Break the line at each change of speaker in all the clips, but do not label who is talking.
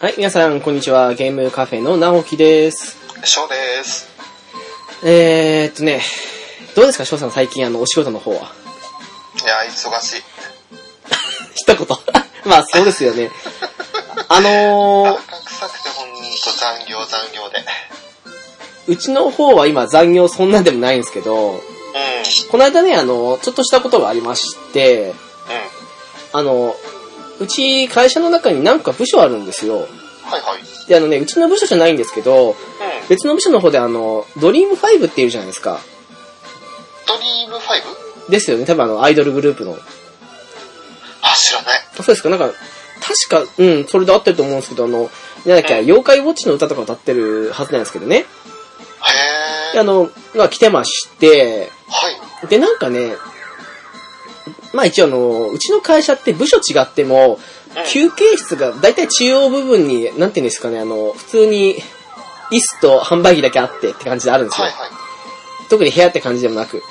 はい、皆さん、こんにちは。ゲームカフェの直樹です。
翔です。
えーっとね、どうですか、翔さん、最近、あの、お仕事の方は。
いや、忙しい。
一言。 まあ、そうですよね。あのー、
赤臭くてほんと残業残業で。
うちの方は今、残業そんなんでもないんですけど、
う
この間ね、あの、ちょっとしたことがありまして、
ん。うん。
あの、うち、会社の中に何か部署あるんですよ。
はいはい。
で、あのね、うちの部署じゃないんですけど、
うん。
別の部署の方で、あの、ドリーム5っていうじゃないですか。
ドリーム 5?
ですよね、多分あの、アイドルグループの。
あ、知らない。
そうですか、なんか、確か、うん、それで合ってると思うんですけど、あの、なんだっけ、妖怪ウォッチの歌とか歌ってるはずなんですけどね。
へ
で、
ー。
あの、が来てまして、
はい。
で、なんかね、まあ一応あの、うちの会社って部署違っても、休憩室が大体中央部分に、なんていうんですかね、あの、普通に、椅子と販売機だけあってって感じであるんですよ。
はいはい。
特に部屋って感じでもなく。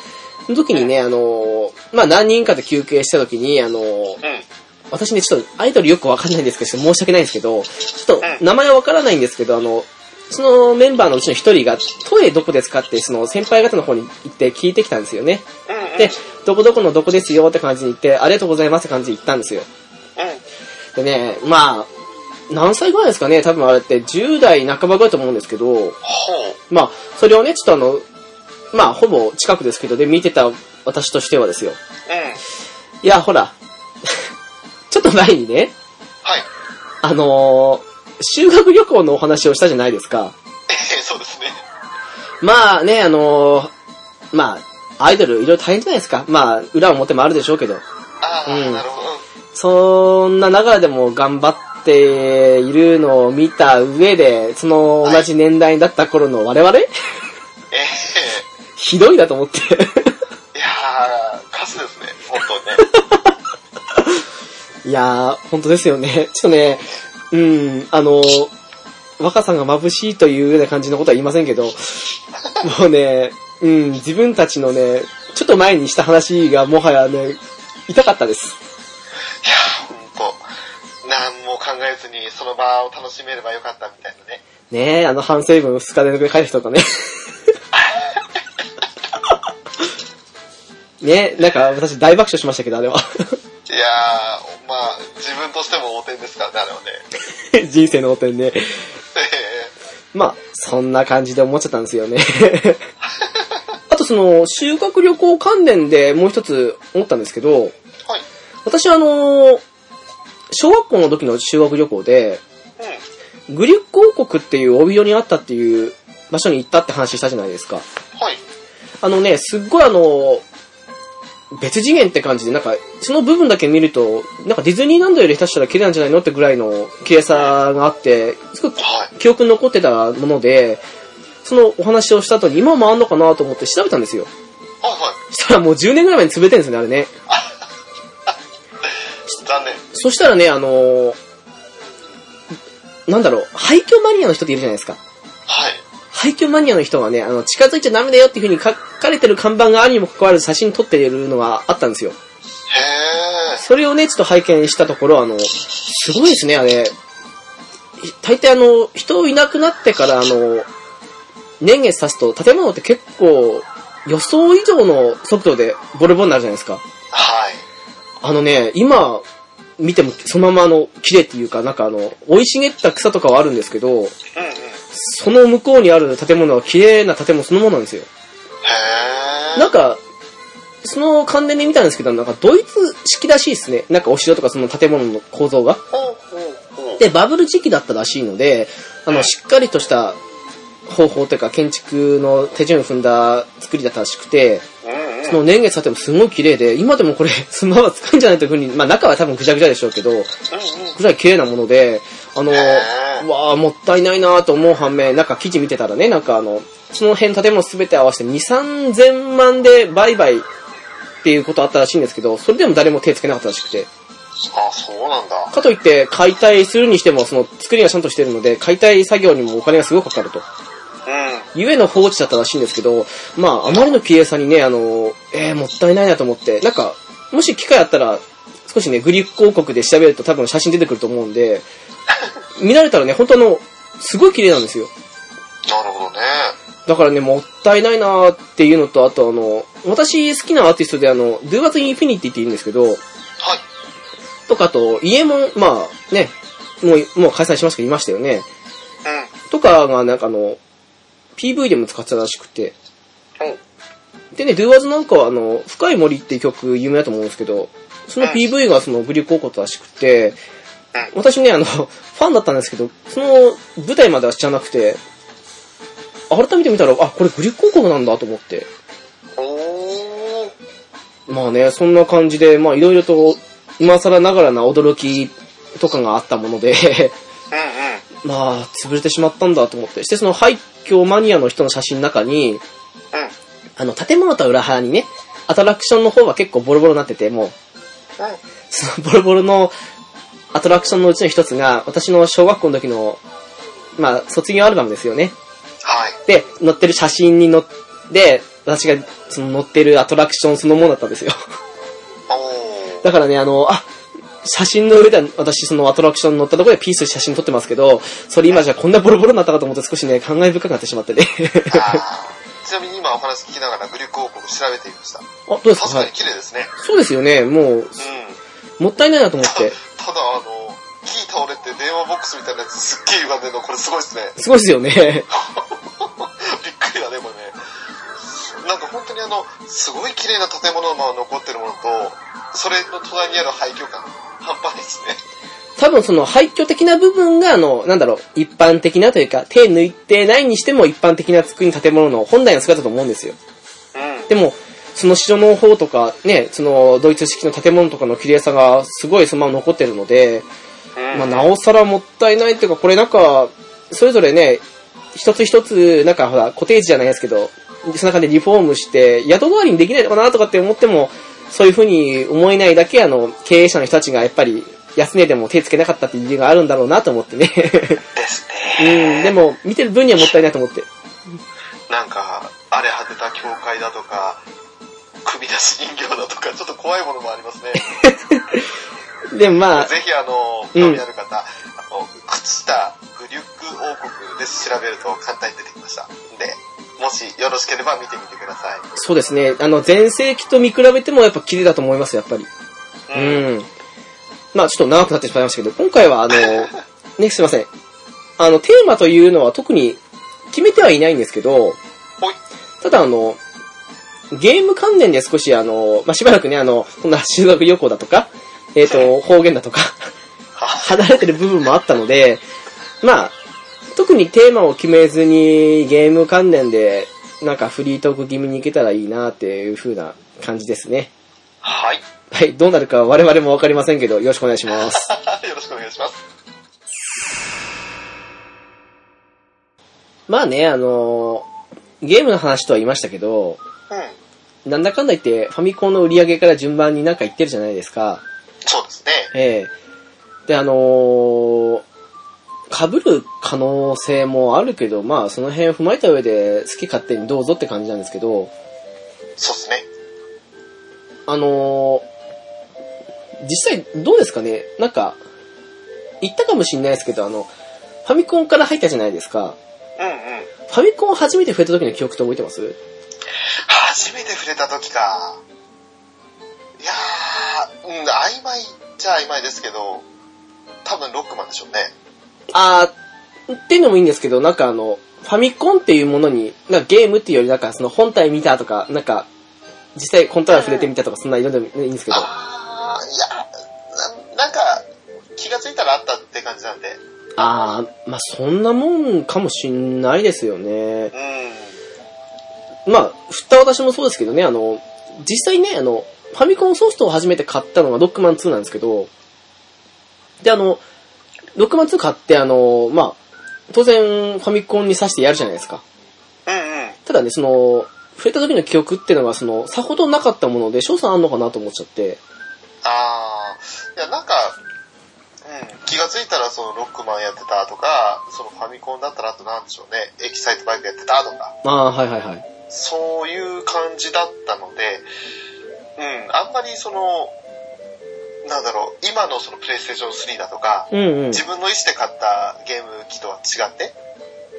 その時にね、あの、まあ何人かと休憩した時に、あの、
うん。
私ね、ちょっとアイドルよくわかんないんですけど、ちょっと申し訳ないんですけど、ちょっ
う
と名前はわからないんですけど、あの、そのメンバーのうちの一人が、トイレどこですかって、その先輩方の方に行って聞いてきたんですよね。
うんうん。
で、どこどこのどこですよって感じに言って、ありがとうございますって感じで言ったんですよ。
うん。
でね、まあ、何歳ぐらいですかね、多分あれって10代半ばぐらいだと思うんですけど、
ほう。
まあ、それをね、ちょっとあの、まあ、ほぼ近くですけど、で、見てた私としてはですよ。
う
い
ん。
や、ほら、 ちょっと前にね、
はい。
あのー修学旅行のお話をしたじゃないですか。
えー、そうですね。
まあね、あのーまあ、アイドルいろいろ大変じゃないですか。まあ、裏表もあるでしょうけど。
あー、
うん
なるほど。うん
そんな中でも頑張っているのを見た上で、その同じ年代だった頃の我々
え
ひどいなと思って。
ー、いやー、カスですね。本 当にね。
いやー、本当ですよね。 ちょっとね、うん、あのー若さが眩しいというような感じのことは言いませんけど、 もうね、うん、自分たちのね、ちょっと前にした話がもはやね、痛かったです。
いやー、ほんと。何も考えずにその場を楽しめればよかったみたいなね。
ねえ、あの反省文2日連続で書いた人とかね。ねえ、なんか私大爆笑しましたけど、あれは。
いやー、まあ、自分としても横転ですからね、あれはね。
人生の汚点ね。
えー
まあ、そんな感じで思っちゃったんですよね。 あとその、修学旅行関連でもう一つ思ったんですけど、
はい。
私あの、小学校の時の修学旅行で、
うん。
グリュック王国っていう帯広にあったっていう場所に行ったって話したじゃないですか。
はい。
あのね、すっごいあの、別次元って感じで、なんか、その部分だけ見ると、なんかディズニーランドより下手したら綺麗なんじゃないのってぐらいの綺麗さがあって、すごく
はい。
記憶に残ってたもので、そのお話をした後に今もあんのかなと思って調べたんですよ。
はいは
そしたらもう10年ぐらい前に潰れてるんですよね、あれね。
い。残念。
そしたらね、あのーなんだろう、廃墟マニアの人っているじゃないですか。
はい。
廃墟マニアの人がね、あの、近づいちゃダメだよっていう風に書かれてる看板があるにも関わらず写真撮ってるのがあったんですよ。
へ
それをね、ちょっと拝見したところ、あの、すごいですね、あれ。い大体あの、人いなくなってから、あの、年月経つと建物って結構予想以上の速度でボロボロになるじゃないですか。
ー。はい。
あのね、今見てもそのままあの、綺麗っていうか、なんかあの、生い茂った草とかはあるんですけど、
うんうん。へ
その向こうにある建物は綺麗な建物そのものなんですよ。
ー。
なんか、その関連で見たんですけど、なんかドイツ式らしいですね。なんかお城とかその建物の構造が。
ほうほうほう。
で、バブル時期だったらしいので、あの、しっかりとした方法というか、建築の手順を踏んだ作りだったらしくて、
うんうん。
その年月経ってもすごい綺麗で、今でもこれ、 スマは使うんじゃないというふうに、まあ中は多分ぐちゃぐちゃでしょうけど、
うんうん。
ぐらい綺麗なもので、あの、
へー
うわあもったいないなと思う反面、なんか記事見てたらね、なんかあの、その辺建物すべて合わせて2、3000万で売買っていうことあったらしいんですけど、それでも誰も手つけなかったらしくて。
あ、そうなんだ。
かといって解体するにしてもその作りがちゃんとしてるので解体作業にもお金がすごくかかると。
うん。
ゆえの放置だったらしいんですけど、まああまりの綺麗さにね、あの、えー、もったいないなと思って、なんか、もし機会あったら少しね、グリック王国で調べると多分写真出てくると思うんで、見られたらね、本当あの、すごい綺麗なんですよ。
なるほどね。
だからね、もったいないなーっていうのと、あとあの、私好きなアーティストであの、Do As Infinity って言うんですけど、
はい。
とかあと、イエモン、まあね、もう、もう解散しますけど、いましたよね。とかがなんかあの、PV でも使ってたらしくて。
うん。うん。
でね、Do As なんかはあの、深い森っていう曲有名だと思うんですけど、その PV がそのグリコーコらしくて、私ね、あの、 ファンだったんですけど、その舞台までは知らなくて、改めて見たら、あ、これグリコーコなんだと思って。
おー。
まあね、そんな感じで、まあいろいろと、今更ながらな驚きとかがあったもので、
うん
まあ、潰れてしまったんだと思って。して、その廃墟マニアの人の写真の中に、
うん。うん。
あの、建物とは裏腹にね、アトラクションの方は結構ボロボロになってて、もう、
うん。
そのボロボロのアトラクションのうちの一つが、私の小学校の時の、まあ、卒業アルバムですよね。
はい。
で、載ってる写真に載って、私がその載ってるアトラクションそのものだったんですよ。
お ー。
だからね、あの、あ、写真の上では私そのアトラクションに載ったところでピースで写真撮ってますけど、それ今じゃこんなボロボロになったかと思って少しね、感慨深くなってしまってね。
あーちなみに今お話聞きながらグリコ王国調べてみました。
あ、どうですか
確か
はい
に。綺麗ですね。
そうですよね、もう、
うん。
もったいないなと思って。
ただあの、木倒れて電話ボックスみたいなやつすっげえ歪んでるの、これすごいですね。
すごいですよね。
びっくりだね、これね。なんか本当にあの、すごい綺麗な建物のまま残ってるものと、それの隣にある廃墟感、半端ないですね。
多分その廃墟的な部分が、あの、なんだろう、一般的なというか、手抜いてないにしても一般的な作りの建物の本来の姿だと思うんですよ。
うん。
でも、その城の方とか、ね、そのドイツ式の建物とかの綺麗さがすごいそのまま残ってるので、まあ、なおさらもったいないっていうか、これなんか、それぞれね、一つ一つ、なんかほら、コテージじゃないですけど、その中でリフォームして、宿代わりにできないのかなとかって思っても、そういうふうに思えないだけ、あの、経営者の人たちがやっぱり、安値でも手つけなかったっていう理由があるんだろうなと思ってね。
です
うん、で
ね。
も、見てる分にはもったいないと思って。
なんか、荒れ果てた教会だとか、首出し人形だとか、ちょっと怖いものもありますね。
でもまあ、
ぜひあの、興味ある方、あの、靴田グリュック王国で調べると簡単に出てきました。で、もしよろしければ見てみてください。
そうですね、あの、前世紀と見比べてもやっぱ綺麗だと思います、やっぱり。うん。まあちょっと長くなってしまいましたけど、今回はあの、ね、すいません。あの、テーマというのは特に決めてはいないんですけど、
ほい。
ただあの、ゲーム関連で少しあの、まあしばらくね、あの、こんな修学旅行だとか、えっ、と、方言だとか、
は
離れてる部分もあったので、まあ、特にテーマを決めずにゲーム関連で、なんかフリートーク気味に行けたらいいなっていう風な感じですね。
はい。
はい、どうなるか我々もわかりませんけど、よろしくお願いします。
よろしくお願いします。
まあね、あのーゲームの話とは言いましたけど、
うん。
なんだかんだ言ってファミコンの売り上げから順番になんか言ってるじゃないですか。
そうですね。
ええで、あのー被る可能性もあるけど、まあその辺踏まえた上で好き勝手にどうぞって感じなんですけど、
そうですね。
あのー実際どうですかねなんか、言ったかもしんないですけど、あの、ファミコンから入ったじゃないですか。
うんうん。
ファミコン初めて触れた時の記憶って覚えてます
初めて触れた時か。いやー、うん、曖昧っちゃ曖昧ですけど、多分ロックマンでしょうね。
あー、っていうのもいいんですけど、なんかあの、ファミコンっていうものに、なんかゲームっていうよりなんかその本体見たとか、なんか、実際コントローラー触れてみたとかそんな色でもいいんですけど。
あー、いや、ななんか、気がついたらあったって感じなんで。
あー、まあそんなもんかもしんないですよね。
う
まあ、振った私もそうですけどね、あの、実際ね、あの、ファミコンソフトを初めて買ったのがロックマン2なんですけど、で、あの、ロックマン2買って、あの、まあ、当然ファミコンに挿してやるじゃないですか。
ん。うんうん。
ただね、その、触れた時の記憶っていうのが、その、さほどなかったもので、翔さんあんのかなと思っちゃって。
あー、いや、なんか、うん、気がついたらそのロックマンやってたとか、そのファミコンだったらあとなんでしょうね、エキサイトバイクやってたとか。
ああ、はいはいはい。
そういう感じだったので、うん、あんまりその、なんだろう、今のそのプレイステーション3だとか、
うんうん。
自分の意思で買ったゲーム機とは違って、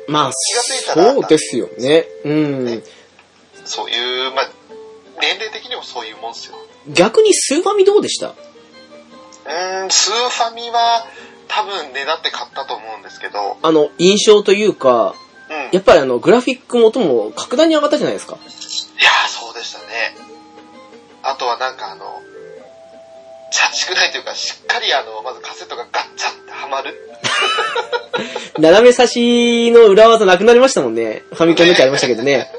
まあ、
気がついたら
そうですよね。うん。
そういう、まあ、年齢的にもそういうもんですよ。
逆にスーファミどうでした
うーん、スーファミは多分ねだって買ったと思うんですけど、
あの、印象というか、
うん。いや
やっぱりあの、グラフィックも音も格段に上がったじゃないですか。
ー、そうでしたね。あとはなんかあの、チャチくないというか、しっかりあの、まずカセットがガッチャってはまる。
斜め差しの裏技なくなりましたもんね。ファミコンの時ありましたけど ね。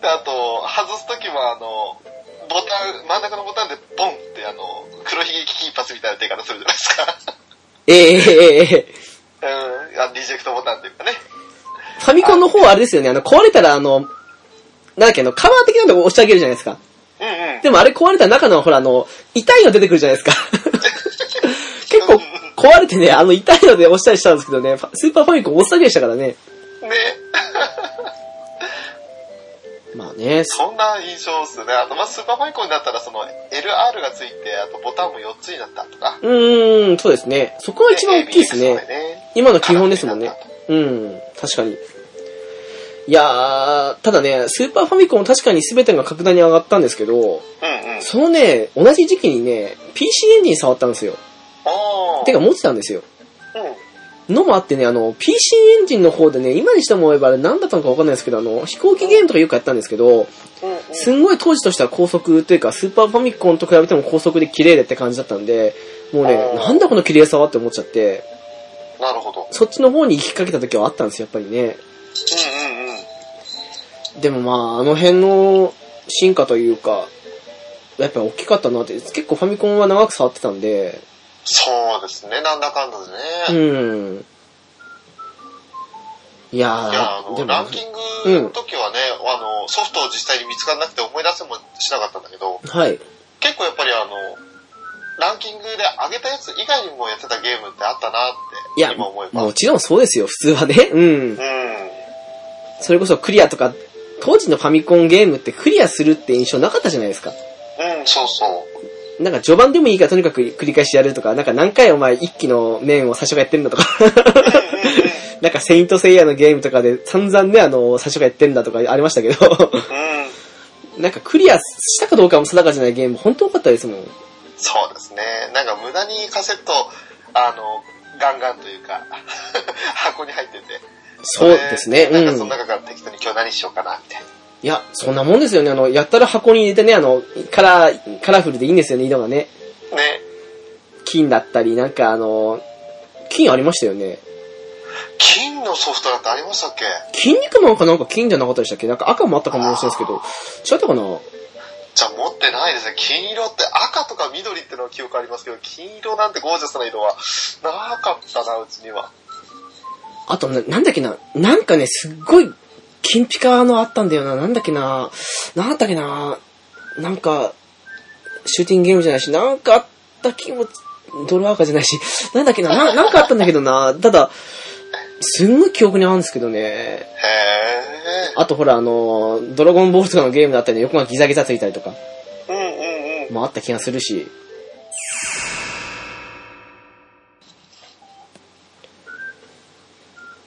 であと、外すときもあの、ボタン、真ん中のボタンでボンってあの、黒ひげ危機一発みたいな手からするじゃないですか。
ええええええ
うん、あリジェクトボタンというかね。
ファミコンの方はあれですよね、あの、壊れたらあの、なんだっけ、あの、カバー的なのを押してあげるじゃないですか。
うんうん。
でもあれ壊れたら中のほらあの、痛いの出てくるじゃないですか。結構壊れてね、あの痛いので押したりしたんですけどね、ファスーパーファミコン押すだけでしたからね。
ね。
まあね、
そんな印象ですね。あと、まあ、スーパーファミコンだったら、その、LR がついて、あとボタンも4つになったとか。
うーん、そうですね。そこが一番大きいです
で
ね
ABX ま。ね
今の基本ですもんね。うん、確かに。いやー、ただね、スーパーファミコン確かに全てが格段に上がったんですけど、
うんうん。
そのね、同じ時期にね、PC エンジン触ったんですよ。
おー
てか持ってたんですよ。
うん。
のもあってね、あの、PC エンジンの方でね、今にして思えばあれ何だったのかわかんないですけど、あの、飛行機ゲームとかよくやったんですけど、
うんうん。
すんごい当時としては高速というか、スーパーファミコンと比べても高速で綺麗でって感じだったんで、もうね
あ、ー
なんだこの綺麗さはって思っちゃって、
なるほど。
そっちの方に行きかけた時はあったんですよ、やっぱりね。
うんうんうん。
でもまあ、あの辺の進化というか、やっぱり大きかったなって、結構ファミコンは長く触ってたんで、
そうですね。なんだかんだで
うん。い
ね。
やー、
いや、あの、
でも、
ランキングの時はね、あの、ソフトを実際に見つからなくて思い出せもしなかったんだけど、
はい。
結構やっぱりあの、ランキングで上げたやつ以外にもやってたゲームってあったなっ
いや
て、今思えば。
もちろんそうですよ、普通はね。うん
う。ん。
それこそクリアとか、当時のファミコンゲームってクリアするって印象なかったじゃないですか。
うん、そうそう。
なんか序盤でもいいからとにかく繰り返しやるとか、なんか何回お前一気の面を最初からやってんだとか、 なんかセイントセイヤのゲームとかで散々ね、あの、最初からやってんだとかありましたけど、
うん。
なんかクリアしたかどうかも定かじゃないゲーム、本当多かったですもん。
そうですね。なんか無駄にカセット、あの、ガンガンというか、 箱に入ってて。
そうですね、
なん
う
かその
ん。
中から適当に今日何しようかな、みたいな。
いや、そんなもんですよね。あの、やったら箱に入れてね、あの、カラー、カラフルでいいんですよね、色がね。
ね。
金だったり、なんかあの、金ありましたよね。
金のソフトなんてありましたっけ
筋肉マンかなんか金じゃなかったでしたっけなんか赤もあったかもしれないですけど、違ったかな
じゃあ持ってないですね。金色って赤とか緑ってのは記憶ありますけど、金色なんてゴージャスな色はなかったな、うちには。
あとな、なんだっけな、なんかね、すっごい、金ピカのあったんだよな、なんだっけな、なんだったっけな、なんか、シューティングゲームじゃないし、なんかあった気も、ドルアーカーじゃないし、なんだっけな、ななんかあったんだけどな、ただ、すんごい記憶にあるんですけどね。
へ
あとほら、あの、ドラゴンボールとかのゲームだったりね、横がギザギザついたりとか、
ー。うんうんうん。
もあった気がするし。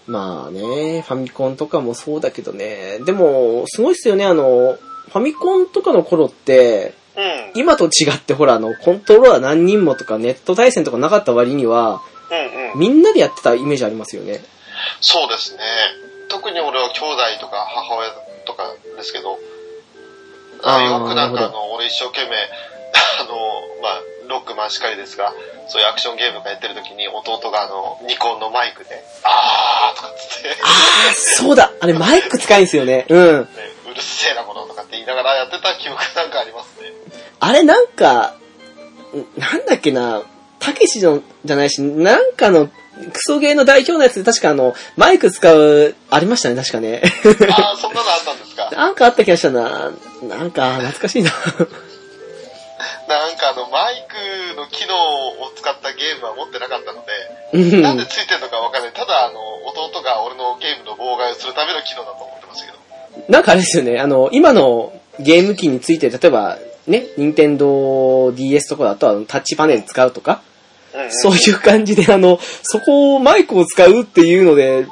まあね、ファミコンとかもそうだけどね。でも、すごいっすよね、あの、ファミコンとかの頃って、
うん。
今と違ってほら、あの、コントローラー何人もとかネット対戦とかなかった割には、
うんうん。
みんなでやってたイメージありますよね。
そうですね。特に俺は兄弟とか母親とかですけど、
あ
あ
ー
よくなん
な
か
る
あ
ほ
の、俺一生懸命、 あの、まあ、ロックマンしかりですが、そういうアクションゲームがやってる時に弟があの、ニコンのマイクで、あーとかって言って、
ああ、そうだあれマイク使いんすよね。うん。
ねうるせえなものとかって言いながらやってた記憶なんかありま すね。
あれなんか、んなんだっけな、たけしのじゃないし、なんかの、クソゲーの代表のやつで確かあの、マイク使う、ありましたね、確かね。
ああ、そんなのあったんですか。
なんかあった気がしたな。なんか、懐かしいな。
なんかあの、マイクの機能を使ったゲームは持ってなかったの
う
で、
ん
なんでついてるのかわかんない。ただ、あの、弟が俺のゲームの妨害をするための機能だと思ってましたけど。
なんかあれですよね、あの、今のゲーム機について、例えば、ね、任天堂 DS とかだとあのタッチパネル使うとか、
うんうん
そういう感じであの、そこをマイクを使うっていうので、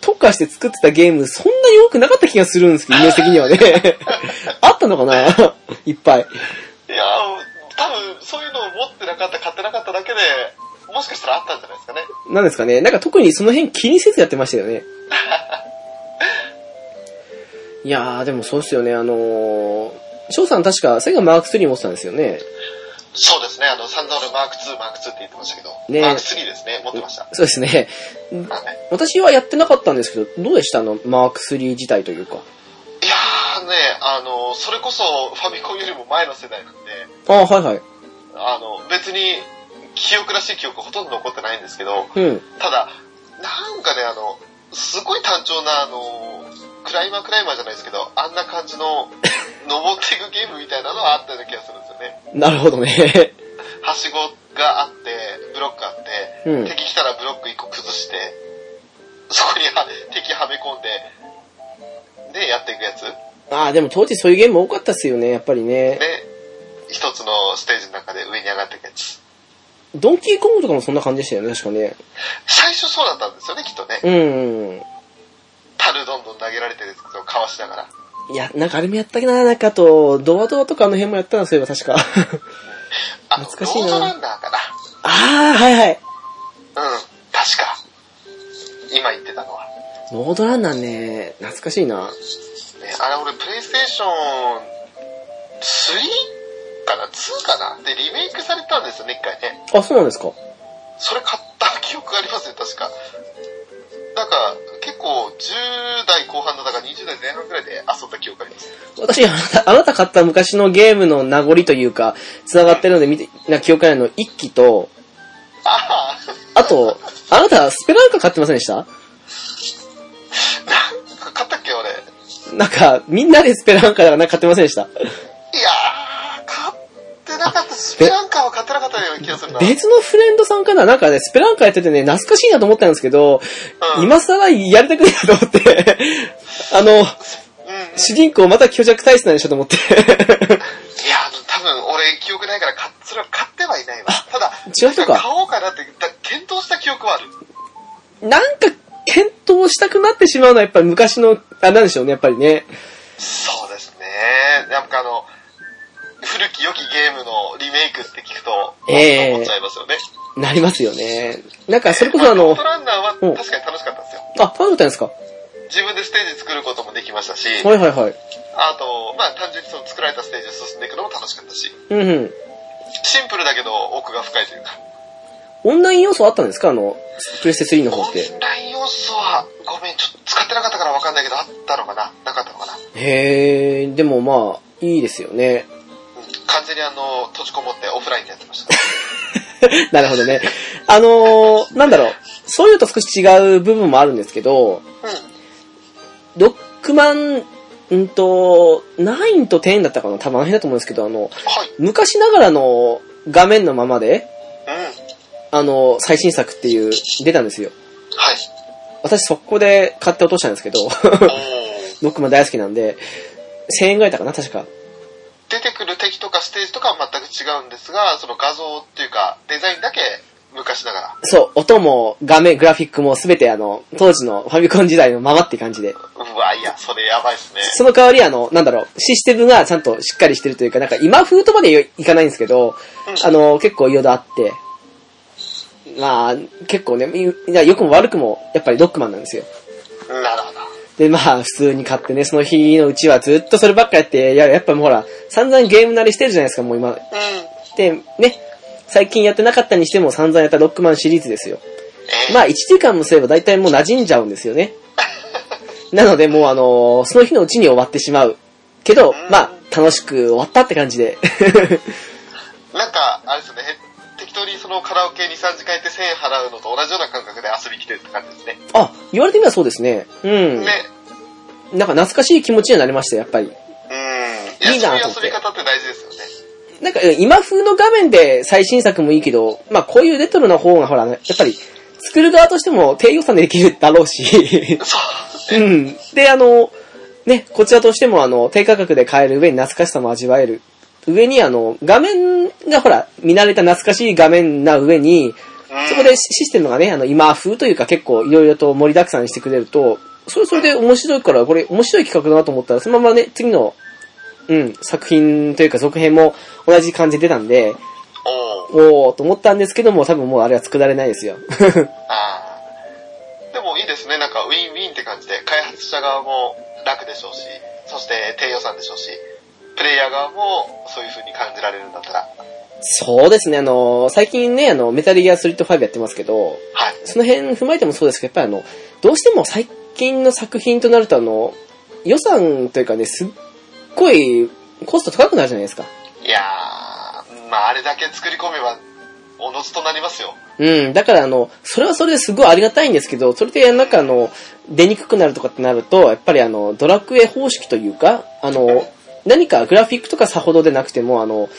特化して作ってたゲーム、そんなに多くなかった気がするんですけど、イメージ的にはね。あったのかないっぱい。
いやー、多分そういうのを持ってなかった、買ってなかっただけで、もしかしたらあったんじゃないですかね。
なんですかね。なんか特にその辺気にせずやってましたよね。いやー、でもそうですよね。あのー、翔さん確かセガマーク3持ってたんですよね。
そうですね、あの、サンダルマーク2、マーク2って言ってましたけど、
ねえ
マーク3ですね、持ってました。
そうですね。
はい
私はやってなかったんですけど、どうでしたあの、マーク3自体というか。
いやーね、あの、それこそファミコンよりも前の世代なんで、
ああ、はいはい。
あの、別に記憶らしい記憶ほとんど残ってないんですけど、
うん。
ただ、なんかね、あの、すごい単調な、あの、クライマークライマーじゃないですけど、あんな感じの、 登っていくゲームみたいなのはあったような気がするんですよね。
なるほどね。
はしごがあって、ブロックあって、
うん。
敵来たらブロック1個崩して、そこには敵はめ込んで、で、やっていくやつ。
ああ、でも当時そういうゲーム多かったっすよね、やっぱりね。
で、一つのステージの中で上に上がっていくやつ。
ドンキーコングとかもそんな感じでしたよね、確かね。
最初そうだったんですよね、きっとね。
うん。
樽どんどん投げられてるんですけど、かわしながら。
いや、なんかあれもやったっけな、なんかあと、ドアドアとかあの辺もやったな、そういえば確か。
あの、ロ
懐かしい
ー
な
ドランナーかな。
ああ、はいはい。
うん、確か。今言ってたのは。
ノードランナーね、懐かしいな。
ね、あれ俺、プレイステーション3かな ?2 かなで、リメイクされたんですよね、一回ね。
あ、そうなんですか。
それ買った記憶がありますね、確か。なんか、結構、10代後半の、だから20代前半ぐらいで遊んだ記憶があります。
私、あなた、あなた買った昔のゲームの名残というか、繋がってるので見て、な記憶ないの、一期と、
ああ、
あと、あなた、スペランカ買ってませんでした
なんか買ったっけ、俺。い
なんか、みんなでスペランカだからなんか買ってませんでした。
やー、買ってなかった。スペランカーは買ってなかったような気がするな。
別のフレンドさんかななんかね、スペランカやっててね、懐かしいなと思ったんですけど、
うん
今更やりたくないなと思って、 あの、
うんうん。
主人公また虚弱体質なんでしょと思って。
いや、多分俺記憶ないから買っ、それは買ってはいないわ。ただ、
違う人か
買おうかなって、だ検討した記憶はある。
なんか、検討したくなってしまうのはやっぱり昔の、あ、なんでしょうね、やっぱりね。
そうですね。なんかあの、古き良きゲームのリメイクって聞くと、
ええ
思っちゃいますよね。
なりますよね。なんか、それこ
ま
そ
あ
あ
ロ
の
ード、ランナーは
うん
確かに楽しかったんですよ。
あ、ファンだったんですかは
自分でステージ作ることもできましたし、
いはいはい。
あと、まあ単純にその作られたステージを進んでいくのも楽しかったし、
うんうん。
シンプルだけど奥が深いというか、
オンライン要素あったんですかあの、プレステ3の
オ
方って。
ンライン要素は、ごめん、ちょっと使ってなかったからわかんないけど、あったのかななかったのかな
へー、でもまあ、いいですよね。
完全にあの、閉じこもってオフラインでやってました。
なるほどね。あのー、なんだろう。そういうと少し違う部分もあるんですけど、
うん。
ロックマン、うんと、9と10だったかな多分あの辺だと思うんですけど、あの、
はい。
昔ながらの画面のままで、
うん。
あの、最新作っていう、出たんですよ。
はい。
私そこで買って落としたんですけど、
おー
ロックマン大好きなんで、1000円ぐらいだったかな確か。
出てくる敵とかステージとかは全く違うんですが、その画像っていうか、デザインだけ昔ながら。
そう、音も画面、グラフィックもすべてあの、当時のファミコン時代のままって感じで。
うわ、いや、それやばいっすね。
その代わり、あの、なんだろう、システムがちゃんとしっかりしてるというか、なんか今風とまでいかないんですけど、
うん
あの、結構いろいろあって、まあ、結構ね、いや良くも悪くも、やっぱりロックマンなんですよ。
なるほど。
で、まあ、普通に買ってね、その日のうちはずっとそればっかやって、いや、やっぱもうほら、散々ゲーム慣れしてるじゃないですか、もう今。
うん。
で、ね、最近やってなかったにしても散々やったロックマンシリーズですよ。
えー
まあ、1時間もすれば大体もう馴染んじゃうんですよね。なので、もうあのーその日のうちに終わってしまう。けど、まあ、楽しく終わったって感じで。
なんか、あれですよね、へ適当にそのカラオケ2、3時間行って1000円払うのと同じような感覚で遊びに来てるって感じですね。
あ、言われてみればそうですね。うん。
ね。
なんか懐かしい気持ちにはなりました、やっぱり。
うん。い
いい
や、そう
ないと
う
思っ
遊
て
び方って大事ですよね。
なんか、今風の画面で最新作もいいけど、まあ、こういうレトロな方が、ほら、やっぱり、作る側としても低予算でできるだろうし。
そ
う
う。
ん。で、あの、ね、こちらとしても、あの、低価格で買える上に懐かしさも味わえる。上にあの、画面がほら、見慣れた懐かしい画面な上に、
うん
そこでシシステムがね、あの、今風というか結構いろいろと盛りだくさんにしてくれると、それそれで面白いから、これ面白い企画だなと思ったら、そのままね、次の、うん、作品というか続編も同じ感じで出たんで、
おう
おーと思ったんですけども、多分もうあれは作られないですよ。
ああ。でもいいですね。なんかウィンウィンって感じで、開発者側も楽でしょうし、そして低予算でしょうし、プレイヤー側もそういう風に感じられるんだったら。
そうですね、あの、最近ね、あの、メタルギアスリット5やってますけど、
はい。
その辺踏まえてもそうですけど、やっぱりあの、どうしても最近の作品となるとあの、予算というかね、すっごいコスト高くなるじゃないですか。
いやー、まああれだけ作り込めば、おのずとなりますよ。
うん、だからあの、それはそれですごいありがたいんですけど、それでなんかあの、出にくくなるとかってなると、やっぱりあの、ドラクエ方式というか、あの、何かグラフィックとかさほどでなくても、あの、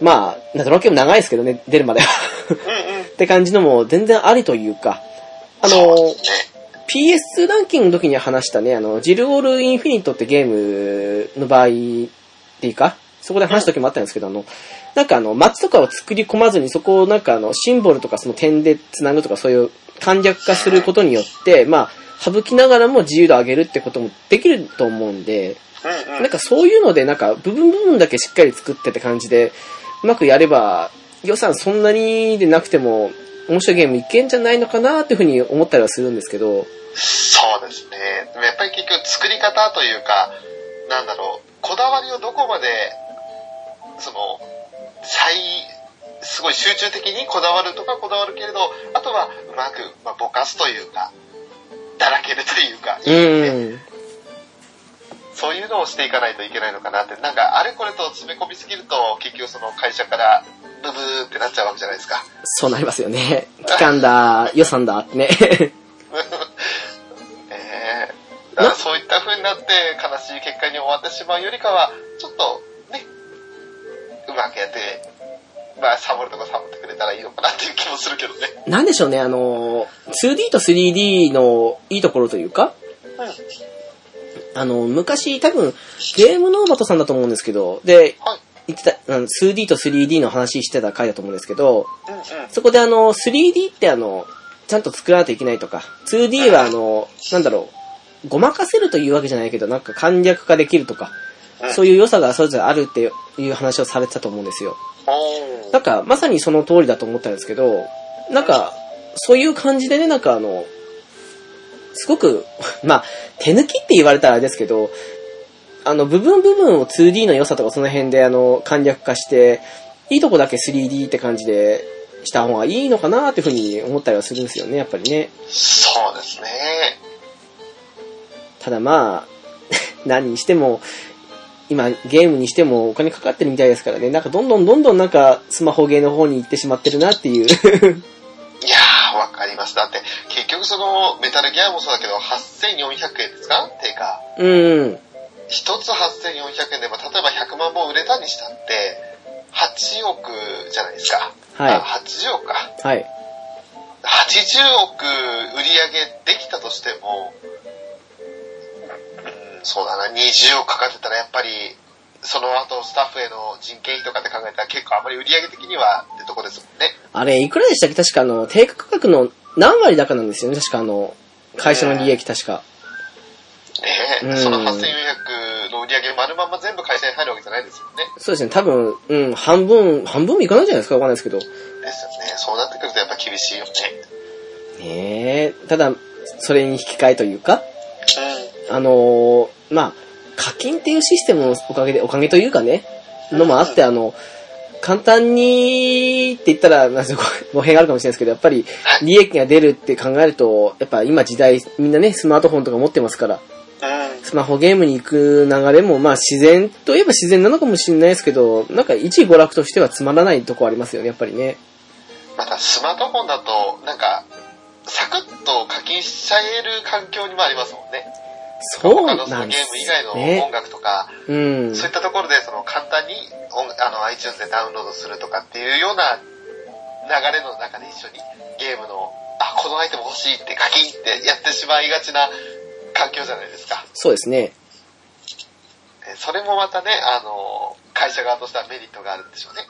まあ、ドラクエも長いですけどね、出るまでは。
うんうん。
って感じのも全然ありというか、あ
そう
の
で、すね。
PS2 ランキングの時に話したね、あの、ジルオールインフィニットってゲームの場合っていうか、そこで話した時もあったんですけど、あの、なんかあの、街とかを作り込まずに、そこをなんかあの、シンボルとかその点で繋ぐとか、そういう簡略化することによって、まあ、省きながらも自由度上げるってこともできると思うんで、
うんうん。
なんかそういうので、なんか部分部分だけしっかり作ってって感じで、うまくやれば、予算そんなにでなくても、面白いゲームいけんじゃないのかなっていうふうに思ったりはするんですけど、
そうですね。でもやっぱり結局作り方というか、なんだろう、こだわりをどこまで、その、最、すごい集中的にこだわるとかこだわるけれど、あとはうまく、まあ、ぼかすというか、だらけるというか、
うん。
そういうのをしていかないといけないのかなって、なんかあれこれと詰め込みすぎると、結局その会社からブブーってなっちゃうわけじゃないですか。
そうなりますよね。期間だ、予算だってね。
ええだからそういった風になって悲しい結果に終わってしまうよりかは、ちょっとね、うまくやって、まあ、サボるとこサボってくれたらいいのかなっていう気もするけどね。
なんでしょうね、あの、2D と 3D のいいところというか、
うん。はい。
あの、昔多分、ゲームノーバトさんだと思うんですけど、で、言ってた、うん 2D と 3D の話してた回だと思うんですけど、
うんうん。
そこであの、3D ってあの、ちゃんと作らないといけないとか、2D はあの、なんだろう、ごまかせるというわけじゃないけど、なんか簡略化できるとか、そういう良さがそれぞれあるっていう話をされてたと思うんですよ。
おー
なんか、まさにその通りだと思ったんですけど、なんか、そういう感じでね、なんかあの、すごく、 まあ、手抜きって言われたらあれですけど、あの、部分部分を 2D の良さとかその辺であの、簡略化して、いいとこだけ 3D って感じでした方がいいのかなっていうふうに思ったりはするんですよね、やっぱりね。
そうですね。
ただまあ、 何にしても、今ゲームにしてもお金かかってるみたいですからね、なんかどんどんどんどんなんかスマホゲーの方に行ってしまってるなっていう。
いやー、わかります。だって、結局その、メタルギアもそうだけど、8400円ですか定価。
うん。
一つ8400円でも、例えば100万本売れたにしたって、8億じゃないですか。
はい
あ80億か。
はい。
80億売り上げできたとしても、うん、そうだな、20億かかってたらやっぱり、その後スタッフへの人件費とかって考えたら結構あまり売り上げ的にはってとこですもんね。
あれ、いくらでしたっけ確かあの、定価価格の何割だかなんですよね。確かあの、会社の利益確か。
ねえ
うん
その8400の売り上げ丸まんま全部会社に入るわけじゃないですもんね。
そうですね、多分、うん、半分、半分もいかないんじゃないですかわかんないですけど。
ですよね。そうなってくるとやっぱ厳しいよね。
ねえ、ただ、それに引き換えというか、
う
あのーまあ、課金っていうシステムのおかげで、おかげというかね、のもあって、あの、簡単にって言ったら、なんかすごい語弊があるかもしれないですけど、やっぱり利益が出るって考えると、やっぱ今時代、みんなね、スマートフォンとか持ってますから、
ん。うん。
スマホゲームに行く流れも、まあ自然といえば自然なのかもしれないですけど、なんか一娯楽としてはつまらないとこありますよね、やっぱりね。
またスマートフォンだと、なんか、サクッと課金しちゃえる環境にもありますもんね。
そう
他のそ
な
の
ん
ゲ
で
ーム以外
す
の音
ね。
楽とか、
うん。
そういったところでその簡単に音あの iTunes でダウンロードするとかっていうような流れの中で一緒にゲームの、あ、このアイテム欲しいってカキンってやってしまいがちな環境じゃないですか。
そうですね。
えそれもまたね、あの、課会社側としてはメリットがあるんでしょうね。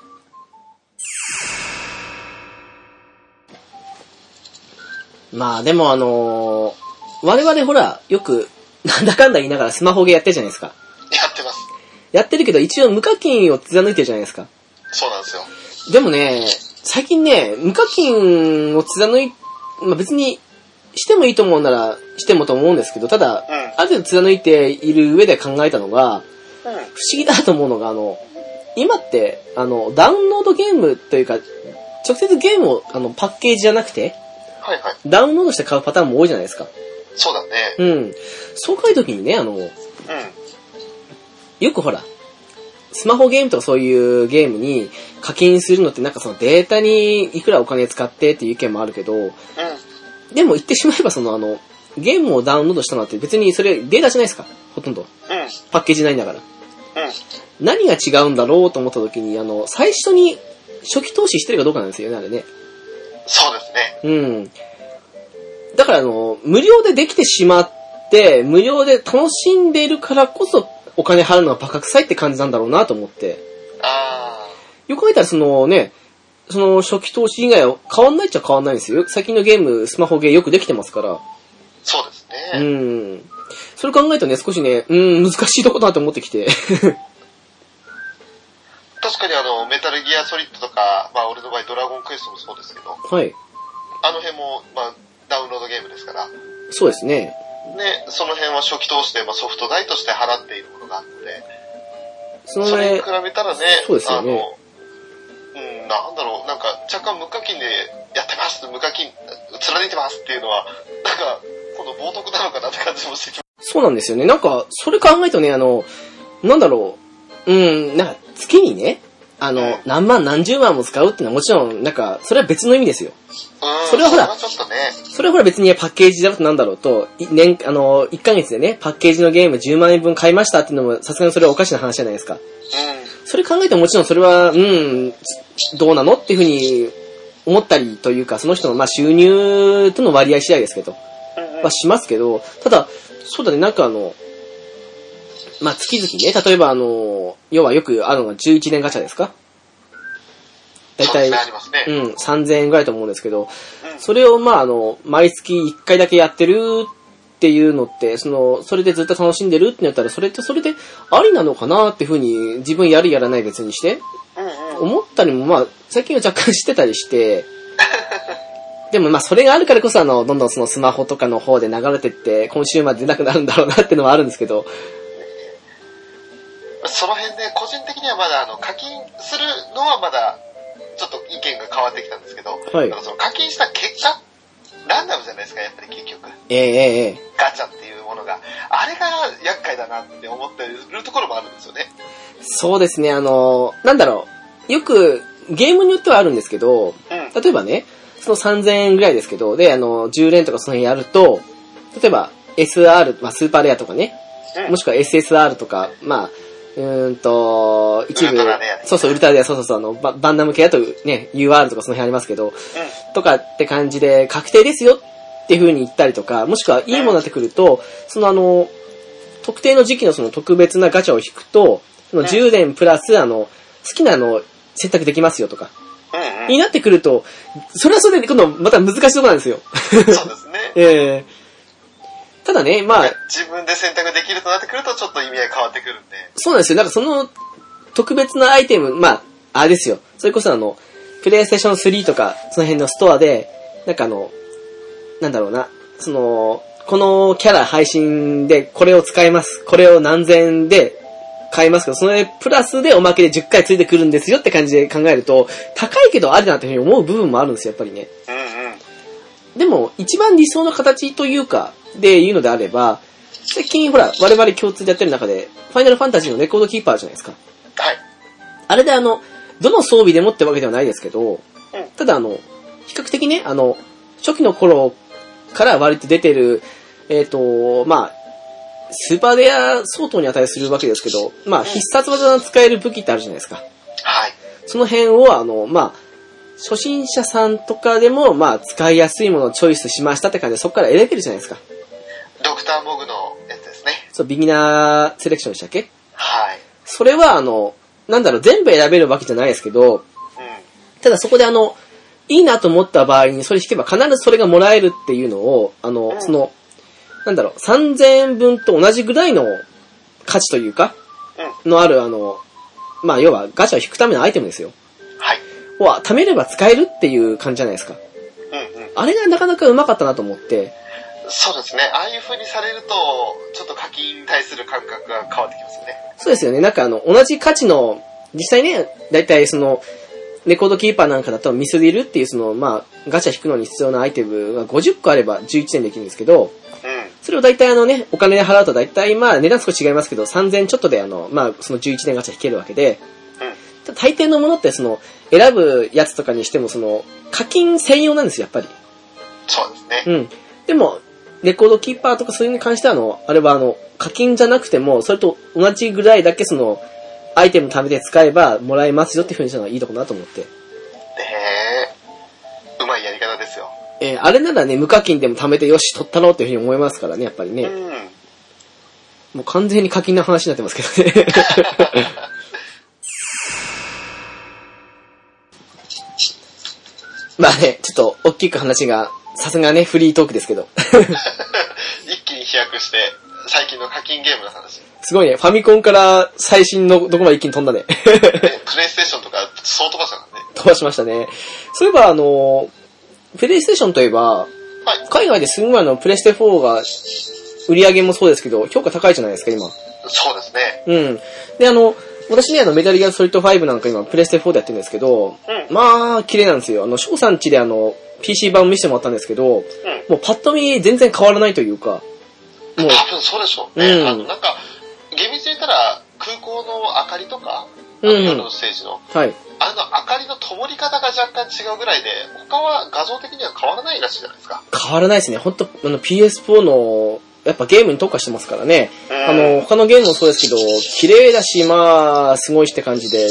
まあでもあのー我々ほら、よく、なんだかんだ言いながらスマホゲーやってるじゃないですか。
やってます。
やってるけど一応無課金を貫いてるじゃないですか。
そうなんですよ。
でもね、最近ね、無課金を貫い、まあ別に、してもいいと思うなら、してもと思うんですけど、ただ、
うん
ある程度貫いている上で考えたのが、
う
不
ん。
思議だと思うのが、あの、今って、あの、ダウンロードゲームというか、直接ゲームをあのパッケージじゃなくて、
はいはい。
ダウンロードして買うパターンも多いじゃないですか。
そうだね。
うん。そう書いときにね、あの、
うん。
よくほら、スマホゲームとかそういうゲームに課金するのってなんかそのデータにいくらお金使ってっていう意見もあるけど、
うん。
でも言ってしまえばそのあの、ゲームをダウンロードしたのって別にそれデータじゃないですか、ほとんど。
うん。
パッケージないんだから。
うん。
何が違うんだろうと思った時に、あの、最初に初期投資してるかどうかなんですよね、あれね。
そうですね。
うん。だからあの、無料でできてしまって、無料で楽しんでいるからこそ、お金払うのはバカ臭いって感じなんだろうなと思って。
あ
よく考えたらそのね、その初期投資以外は変わんないっちゃ変わんないんですよ。最近のゲーム、スマホゲーよくできてますか
ー、そうです
ら。う
ね。
ん。それ考えるとね、少しね、うん、難しいとこだなと思ってきて。
確かにあの、メタルギアソリッドとか、まあ俺の場合ドラゴンクエストもそうですけど、
はい。
あの辺も、まあ、ダウンロードゲームですから、ね、
そうですね。
その辺は初期投資で、まあ、ソフト代として払っているものがあるので、
その
それに
ね
比、べたらね、
そうですよ
あ
ね
の、うん、なんだろう、なんか若干無課金でやってます、無課金、貫いてますっていうのは、なんか、この冒涜なのかなって感じもしてきま
そうなんですよね。なんか、それ考えるとね、あの、なんだろう。うん、なんか、月にね、あの、何万何十万も使うっていうのはもちろん、なんか、それは別の意味ですよ。
す。うん、
それはほら
ちょっとね、
それはほら別にパッケージだろとなんだろうと、い年、あの、1ヶ月でね、パッケージのゲーム10万円分買いましたっていうのも、さすがにそれはおかしな話じゃないですか。
う
それ考えてももちろんそれは、うん、どうなのっていうふうに思ったりというか、その人の、まあ、収入との割合次第ですけど、
ん。うんうん
はしますけど、ただ、そうだね、なんかあの、まあ、月々ね、例えばあの、要はよくあるのが11年ガチャですかだい
そう
たい
ですね、あ、りますね。
うん、3000円ぐらいと思うんですけど、
うん
それをまああの、毎月1回だけやってるっていうのって、その、それでずっと楽しんでるってなったら、それってそれでありなのかなっていうふうに、自分やるやらない別にして、
うんうん。
思ったりもまあ、最近は若干してたりして、でもまあそれがあるからこそあの、どんどんそのスマホとかの方で流れてって、今週まで出なくなるんだろうなっていうのはあるんですけど、
その辺で、個人的にはまだ、あの、課金するのはまだ、ちょっと意見が変わってきたんですけど、
はい
なんかその課金した結果、ランダムじゃないですか、やっぱり結局。
ええええ
ガチャっていうものが、あれが厄介だなって思ってるところもあるんですよね。
そうですね、あの、なんだろう、よく、ゲームによってはあるんですけど、
うん。うん。
例えばね、その3000円ぐらいですけど、で、あの、10連とかその辺やると、例えば SR、まあ、スーパーレアとかね、もしくは SSR とか、まあ、うーんと、一
ウル
部
トラレアね、
そうそう、ウルトラレア、そうそうそう、あの、ババンダム系だとね、UR とかその辺ありますけど、とかって感じで、確定ですよっていう風に言ったりとか、もしくはいいものになってくると、そのあの、特定の時期のその特別なガチャを引くと、その10連プラス、あの、好きなあの、選択できますよとか、
うん。うん
になってくると、それはそれで今度また難しいとこなんですよ。
うん。そうですね。
ええただね、まあ、
自分で選択できるとなってくると、ちょっと意味合い変わってくるんで。
そうなんですよ。なんかその特別なアイテム、まあ、あれですよ。それこそあの、プレイステーション3とか、その辺のストアで、なんかあの、なんだろうな、その、このキャラ配信でこれを使います。これを何千円で買いますけど、それプラスでおまけで10回ついてくるんですよって感じで考えると、高いけどありだなっていうふうに思う部分もあるんですよ、やっぱりね。
うんうん。
でも、一番理想の形というか、で言うのであれば、最近ほら、我々共通でやってる中で、ファイナルファンタジーのレコードキーパーじゃないですか。
はい。
あれであの、どの装備でもってわけではないですけど
うん、
ただあの、比較的ね、あの、初期の頃から割と出てる、えっ、と、まあ、スーパーレア相当に値するわけですけど、まあ、必殺技の使える武器ってあるじゃないですか。
はい。
その辺を、あの、まあ、初心者さんとかでも、まあ、使いやすいものをチョイスしましたって感じで、そこから選べるじゃないですか。
ドクター・ボグのやつですね。
そう、ビギナーセレクションでしたっけ
はい。
それは、あの、なんだろう、全部選べるわけじゃないですけど、
う
ただそこであの、いいなと思った場合にそれ引けば必ずそれがもらえるっていうのを、あ
う
の、
ん
その、なんだろう、3000円分と同じぐらいの価値というか、のあるあの、まあ要はガチャを引くためのアイテムですよ。
ん。はい。
を貯めれば使えるっていう感じじゃないですか。
うんうん。
あれがなかなかうまかったなと思って、
そうですね。ああいう風にされると、ちょっと課金に対する感覚が変わってきますよね。
そうですよね。なんかあの、同じ価値の、実際ね、だいたいその、レコードキーパーなんかだとミスリルっていうその、まあ、ガチャ引くのに必要なアイテムが50個あれば11点できるんですけど、それを大体あのね、お金で払うと大体まあ値段少し違いますけど、3000ちょっとであの、まあその11年ガチャ引けるわけで、
うん。うん。
ただ大抵のものってその、選ぶやつとかにしてもその、課金専用なんですよ、やっぱり。
そうですね。
うん。でも、レコードキーパーとかそういうのに関してはあの、あれはあの、課金じゃなくても、それと同じぐらいだけその、アイテム貯めて使えばもらえますよっていう風にしたのがいいとこだなと思って。
ねえ。うまいやり方ですよ。
えーあれならね、無課金でも貯めてよし、取ったろうっていう風に思いますからね、やっぱり
う
ね。
ん。
もう完全に課金の話になってますけど ね。まあね、ちょっと大きく話が、さすがね、フリートークですけど。
一気に飛躍して、最近の課金ゲームの話。ね、
すごいね、ファミコンから最新のどこまで一気に飛んだね。
プレイステーションとか、そう飛ばしたからね。
飛ばしましたね。そういえばあの、プレイステーションといえば、
はい。
海外ですごいあの、プレステ4が、売り上げもそうですけど、評価高いじゃないですか、今。
そうですね。
うん。で、あの、私ね、あの、メタルギアソリッド5なんか今、プレステ4でやってるんですけど、
うん
まあ、綺麗なんですよ。あの、翔さん家であの、PC 版を見せてもらったんですけど、
うん。
もうパッと見全然変わらないというか、もう、
多分そうでしょうね。
うん
あの、なんか、厳密に言ったら、空港の明かりとか、あ
うん
の
うん
夜のステージの、
はい。
あの明かりの灯り方が若干違うぐらいで、他は画像的には変わらないらしいじゃないですか。
変わらないですね。ほんと、あの、PS4 の、やっぱゲームに特化してますからね。
うん
あの、他のゲームもそうですけど、綺麗だし、まあ、すごいしって感じで、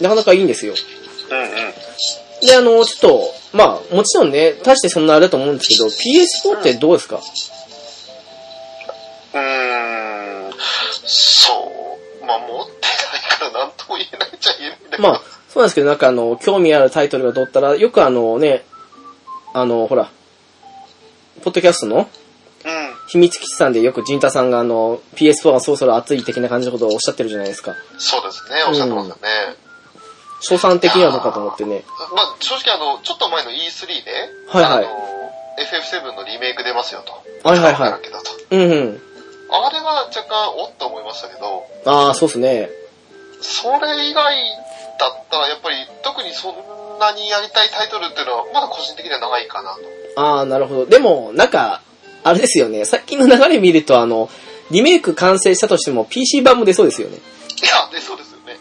なかなかいいんですよ。
うんうん。
で、あの、ちょっと、まあ、もちろんね、大してそんなあれだと思うんですけど、PS4 ってどうですか
うーん、そう。まあ、持ってないから何とも言えないっちゃ言えないんだけど。
まあ、そうなんですけど、なんかあの、興味あるタイトルが取ったら、よくあのね、あの、ほら、ポッドキャストの
うん。
秘密基地さんでよく陣太さんがあの、PS4 がそろそろ熱い的な感じのことをおっしゃってるじゃないですか。
そうですね、おっしゃってますよね。
賞賛的にはどうかと思ってね。
まあ、正直あの、ちょっと前の E3 で、
はいはい
あの、FF7 のリメイク出ますよと。
はいはいはい
だけどと
うんうん。
あれは若干、おっと思いましたけど、
ああ、そうっすね。
それ以外だったら、やっぱり、特にそんなにやりたいタイトルっていうのは、まだ個人的には長いかなと。
ああ、なるほど。でも、なんか、あれですよね。最近の流れ見ると、あの、リメイク完成したとしても PC 版も出そうですよね。
いや、で、そうですよね。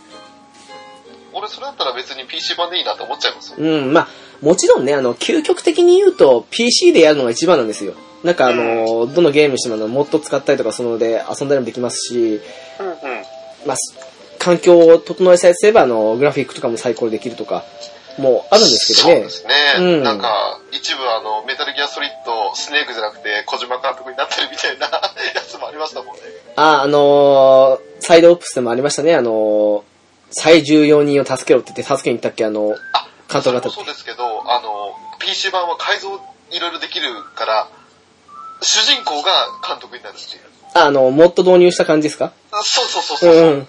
俺、それだったら別に PC 版でいいなって思っちゃいますよ。
うん、まあ、もちろんね、あの、究極的に言うと、PC でやるのが一番なんですよ。なんかあの、どのゲームしてもあの、モッド使ったりとか、そので遊んだりもできますし、
うんうん。
まあ、す環境を整えさえすれば、あの、グラフィックとかも最高にできるとか、もうあるんですけど
そう
ね
で。すね。
うん
なんか、一部あの、メタルギアソリッド、スネークじゃなくて、小島監督になってるみたいな やつもありましたもんね。
あ、あのーサイドオプスでもありましたね、あのー最重要人を助けろって言って助けに行ったっけ、あの、
あ、
監督
そ
が
れ
立
も
っ
そう
て。
ですけど、あの、PC 版は改造いろいろできるから、主人公が監督になるっていう。
ああの、モッド導入した感じですか
あそうそうそう
う
そう。
んうん。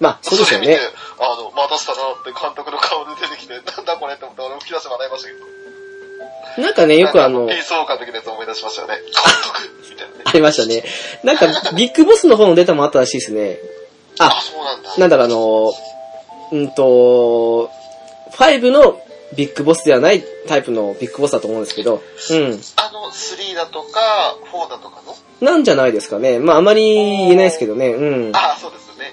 まあ、そうですよ
れ見
ね
て。、あの、待たせたなって監督の顔で出てきて、なんだこれって思って俺も吹き出して笑いましたけど。
なんかね、よくあの
ピ、ースオーカーの時のやつ思い出しましたよね。監督みたいなね。
ありましたね。なんか、ビッグボスの方のデータもあったらしいですね。
あ、
あ、
そうなんだ。
なんだろう、あの、うんと、5のビッグボスではないタイプのビッグボスだと思うんですけど、う
あの、3だとか、4だとかの
ん。なんじゃないですかね。まあ、あまり言えないですけどね。うん。
ああ、そうですよね。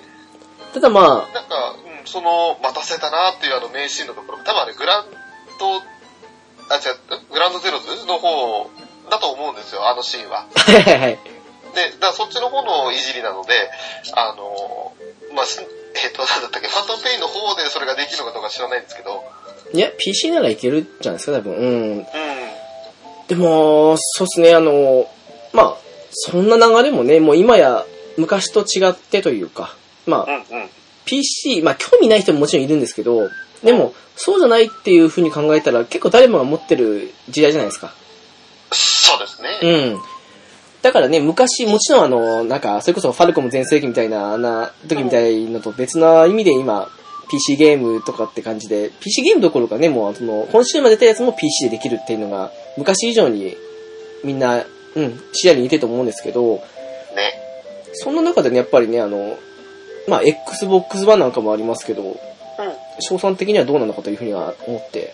ただまあ、
なんか、うん、その、待たせたなっていうあの名シーンのところ、多分あれ、グランド、あ、違う、んグランドゼロズの方だと思うんですよ、あのシーンは。
はいはいはい。
で、だからそっちの方のいじりなので、あの、まあ、し えっ、と、なんだったっけ、ファントムペインの方でそれができるのかどうか知らないんですけど、
いや、PC ならいけるじゃないですか、多分。うん。
う
でも、そうっすね、あの、まあ、そんな流れもね、もう今や昔と違ってというか、まあ、
ん、うん、うん。
PC、まあ興味ない人ももちろんいるんですけど、でも、そうじゃないっていう風に考えたら、結構誰もが持ってる時代じゃないですか。
そうですね。
うん。だからね、昔、もちろんあの、なんか、それこそファルコム全盛期みたいな、あんな時みたいのと別な意味で今、PC ゲームとかって感じで、PC ゲームどころかね、もう、その、今週まで出たやつも PC でできるっていうのが、昔以上に、みんな、うん、視野にいてると思うんですけど、
ね。
そんな中でね、やっぱりね、あの、まあ、Xbox One なんかもありますけど、
うん。い
賞賛的にはどうなのかというふうには思って、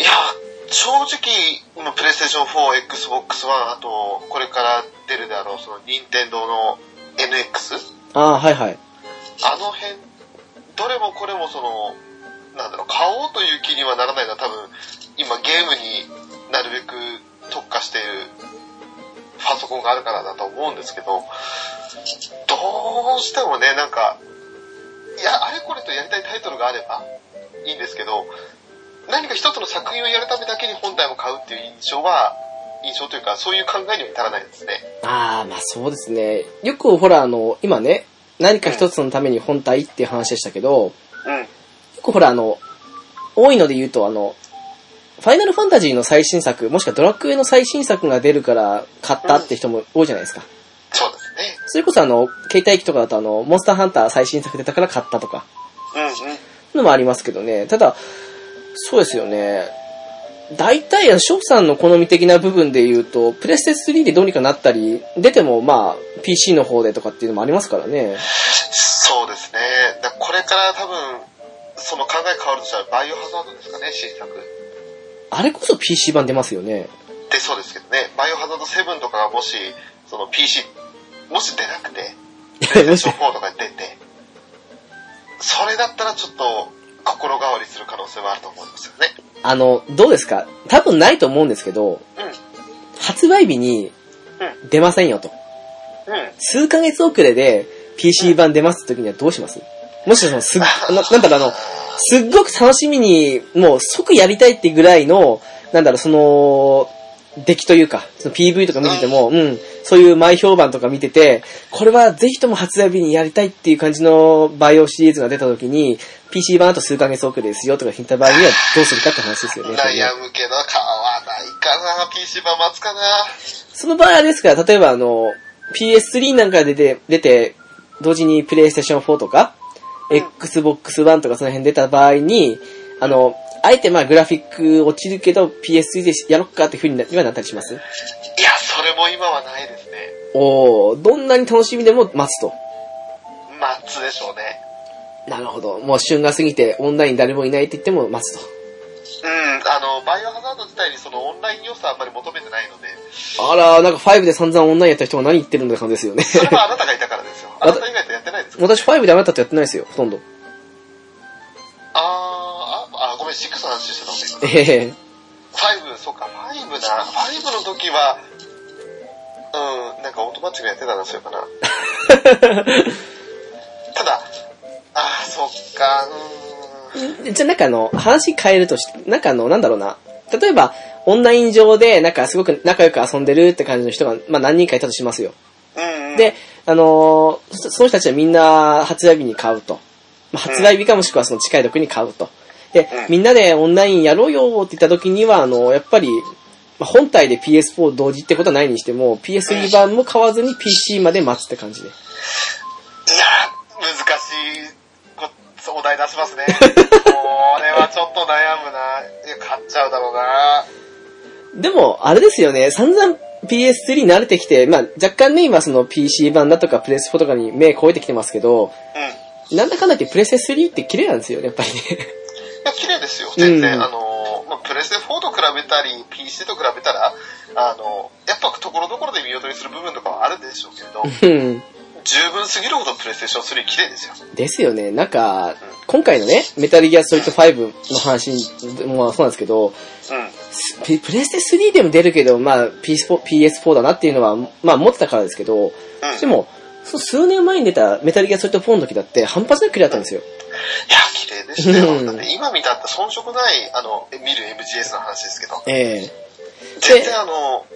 や、正直、今、プレイステーション4、Xbox One、あと、これから出るであろう、その、任天堂の NX?
ああ、はいはい。
あの辺、どれもこれもその、なんだろう、買おうという気にはならないのは多分、今ゲームになるべく特化しているパソコンがあるからだと思うんですけど、どうしてもね、なんか、いや、あれこれとやりたいタイトルがあればいいんですけど、何か一つの作品をやるためだけに本体を買うっていう印象は、印象というか、そういう考えには至らないですね。
ああ、まあそうですね。よくほら、あの、今ね、何か一つのために本体っていう話でしたけど、よ
うん。
くほら、あの、多いので言うと、あの、ファイナルファンタジーの最新作、もしくはドラクエの最新作が出るから買ったって人も多いじゃないですか。
そうですね。
それこそあの、携帯機とかだとあの、モンスターハンター最新作出たから買ったとか、
うんうん。
のもありますけどね。ただ、そうですよね。大体、あの翔さんの好み的な部分で言うと、プレステ3でどうにかなったり、出てもまあ、PC の方でとかっていうのもありますからね。
そうですね。だこれから多分、その考え変わるとしたら、バイオハザードですかね、新作。
あれこそ PC 版出ますよね。
で、そうですけどね、バイオハザード7とかがもし、その PC、もし出なくて、
もし
情、報とかに出て、それだったらちょっと、心変わりする可能性はあると思いますよね。
あの、どうですか多分ないと思うんですけど、発売日に出ませんよと。
うん。うん。
数ヶ月遅れで PC 版出ます時にはどうしますもしそのすっ、ななんだろうあの、すっごく楽しみに、もう即やりたいってぐらいの、なんだろう、その、出来というか、その PV とか見てても、うん、そういう前評判とか見てて、これはぜひとも発売日にやりたいっていう感じのバイオシリーズが出た時に、PC 版あと数ヶ月遅れですよとか引いた場合にはどうするかって話ですよね。
悩むけど、買わないかな、PC 版待つかな。
その場合はですから、例えばあの、PS3 なんかで出て、出て、同時に PlayStation 4とか、
うん
Xbox One とかその辺出た場合に、あの、あえてまあグラフィック落ちるけど PS3 でやろっかっていう風にな今なったりします
いや、それも今はないですね。
おー、どんなに楽しみでも待つと。
待つでしょうね。
なるほど。もう旬が過ぎてオンライン誰もいないって言っても待つ
うん、あの、バイオハザード自体にそのオンライン要素はあんまり求めてないので、
と。あら、なんか5で散々オンラインやった人が何言ってるんだって感じですよね。
それはあなたがいたからですよ。あなた以外とやってないですか
私5であなたとやってないですよ、ほとんど。
あーあ、あ、ごめん、6の話してたんで。
ええ
5、そうか、5な。5の時は、うん、なんかオートマッチがやってたな、そうかな。ただ、ああ、そっか、うーん。
じゃあなんかあの、話変えるとし、なんかあの、なんだろうな。例えば、オンライン上で、なんかすごく仲良く遊んでるって感じの人が、まあ何人かいたとしますよ。
うん、うん。
で、あのーそその人たちはみんな発売日に買うと。まあ、発売日かもしくはその近い時に買うと。で、
うん
みんなでオンラインやろうよって言った時には、あのやっぱり、まあ、本体で PS4 同時ってことはないにしても、PS2 版も買わずに PC まで待つって感じで。
いやー、難しいこお題出しますね。これはちょっと悩むな。いや、買っちゃうだろうな。
でも、あれですよね、散々 PS3 慣れてきて、まあ、若干ね、今その PC 版だとかプレス4とかに目超えてきてますけど、
うん。
なんだかんだ言ってプレステ3って綺麗なんですよね、やっぱりね。
いや、綺麗ですよ、全然。
うん
あの、まあ、プレステ4と比べたり、PC と比べたら、あの、やっぱところどころで見劣りする部分とかはあるでしょうけれど、
うん。
十分すぎるほどプレイステーション3綺麗ですよ。
ですよね、なんか、今回のね、メタルギアソリッド5の話もそうなんですけど、
うん。
すププレステ3でも出るけど、まあ、PS4, PS4 だなっていうのは、まあ、持ってたからですけど、
うん。
でも、そう数年前に出たメタルギアソリッド4の時だって半端なく綺麗だったんですよ。
いや、綺麗でしたよ。
うん
だって今見たって遜色ない、あの、見る MGS の話ですけど、
ええ
全然あの、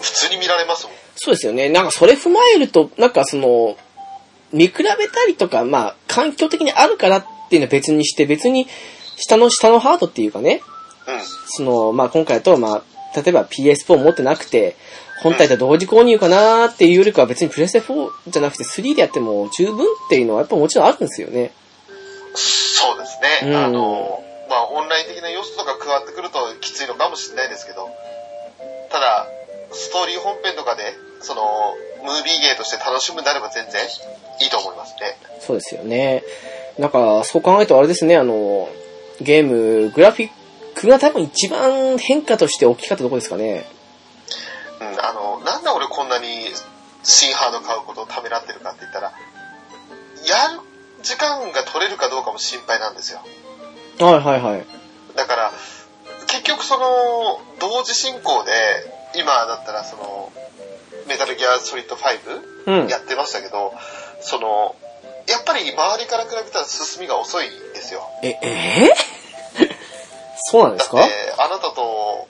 普通に見られますもん。
そうですよね。なんかそれ踏まえると、なんかその、見比べたりとか、まあ、環境的にあるからっていうのは別にして、別に、下の下のハードっていうかね、
うん。
その、まあ、今回だと、まあ、例えば PS4 持ってなくて、本体と同時購入かなーっていうよりかは別にプレステ4じゃなくて3でやっても十分っていうのはやっぱもちろんあるんですよね。
そうです
うん
ね。あの、まあ、オンライン的な要素とか加わってくるときついのかもしれないですけど、ただ、ストーリー本編とかで、その、ムービーゲーとして楽しむんであれば全然いいと思いますね。
そうですよね。なんか、そう考えるとあれですね、あの、ゲーム、グラフィックが多分一番変化として大きかったとこですかね。
うん、あの、なんで俺こんなに新ハード買うことをためらってるかって言ったら、やる時間が取れるかどうかも心配なんですよ。
はいはいはい。
だから、結局その、同時進行で、今だったらその、メタルギアソリッド5、
うん。
やってましたけど、その、やっぱり周りから比べたら進みが遅いんですよ。
え、え ーそうなんで
だっ
す
て
か、
あなたと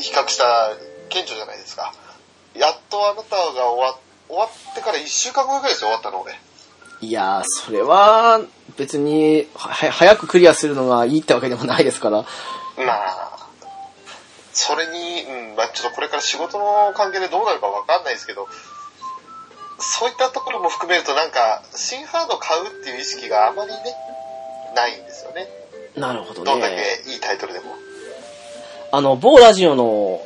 比較した顕著じゃないですか。やっとあなたが終わ終わってから1週間後ぐらいですよ、終わったの俺。
いやー、それは、別に、は、は早くクリアするのがいいってわけでもないですから。
まあ、それに、うん、まあちょっとこれから仕事の関係でどうなるかわかんないですけど、そういったところも含めるとなんか、新ハード買うっていう意識があまりね、ないんですよね。
なるほど
どんだ
ね。
けいいタイトルでも。
あの、某ラジオの、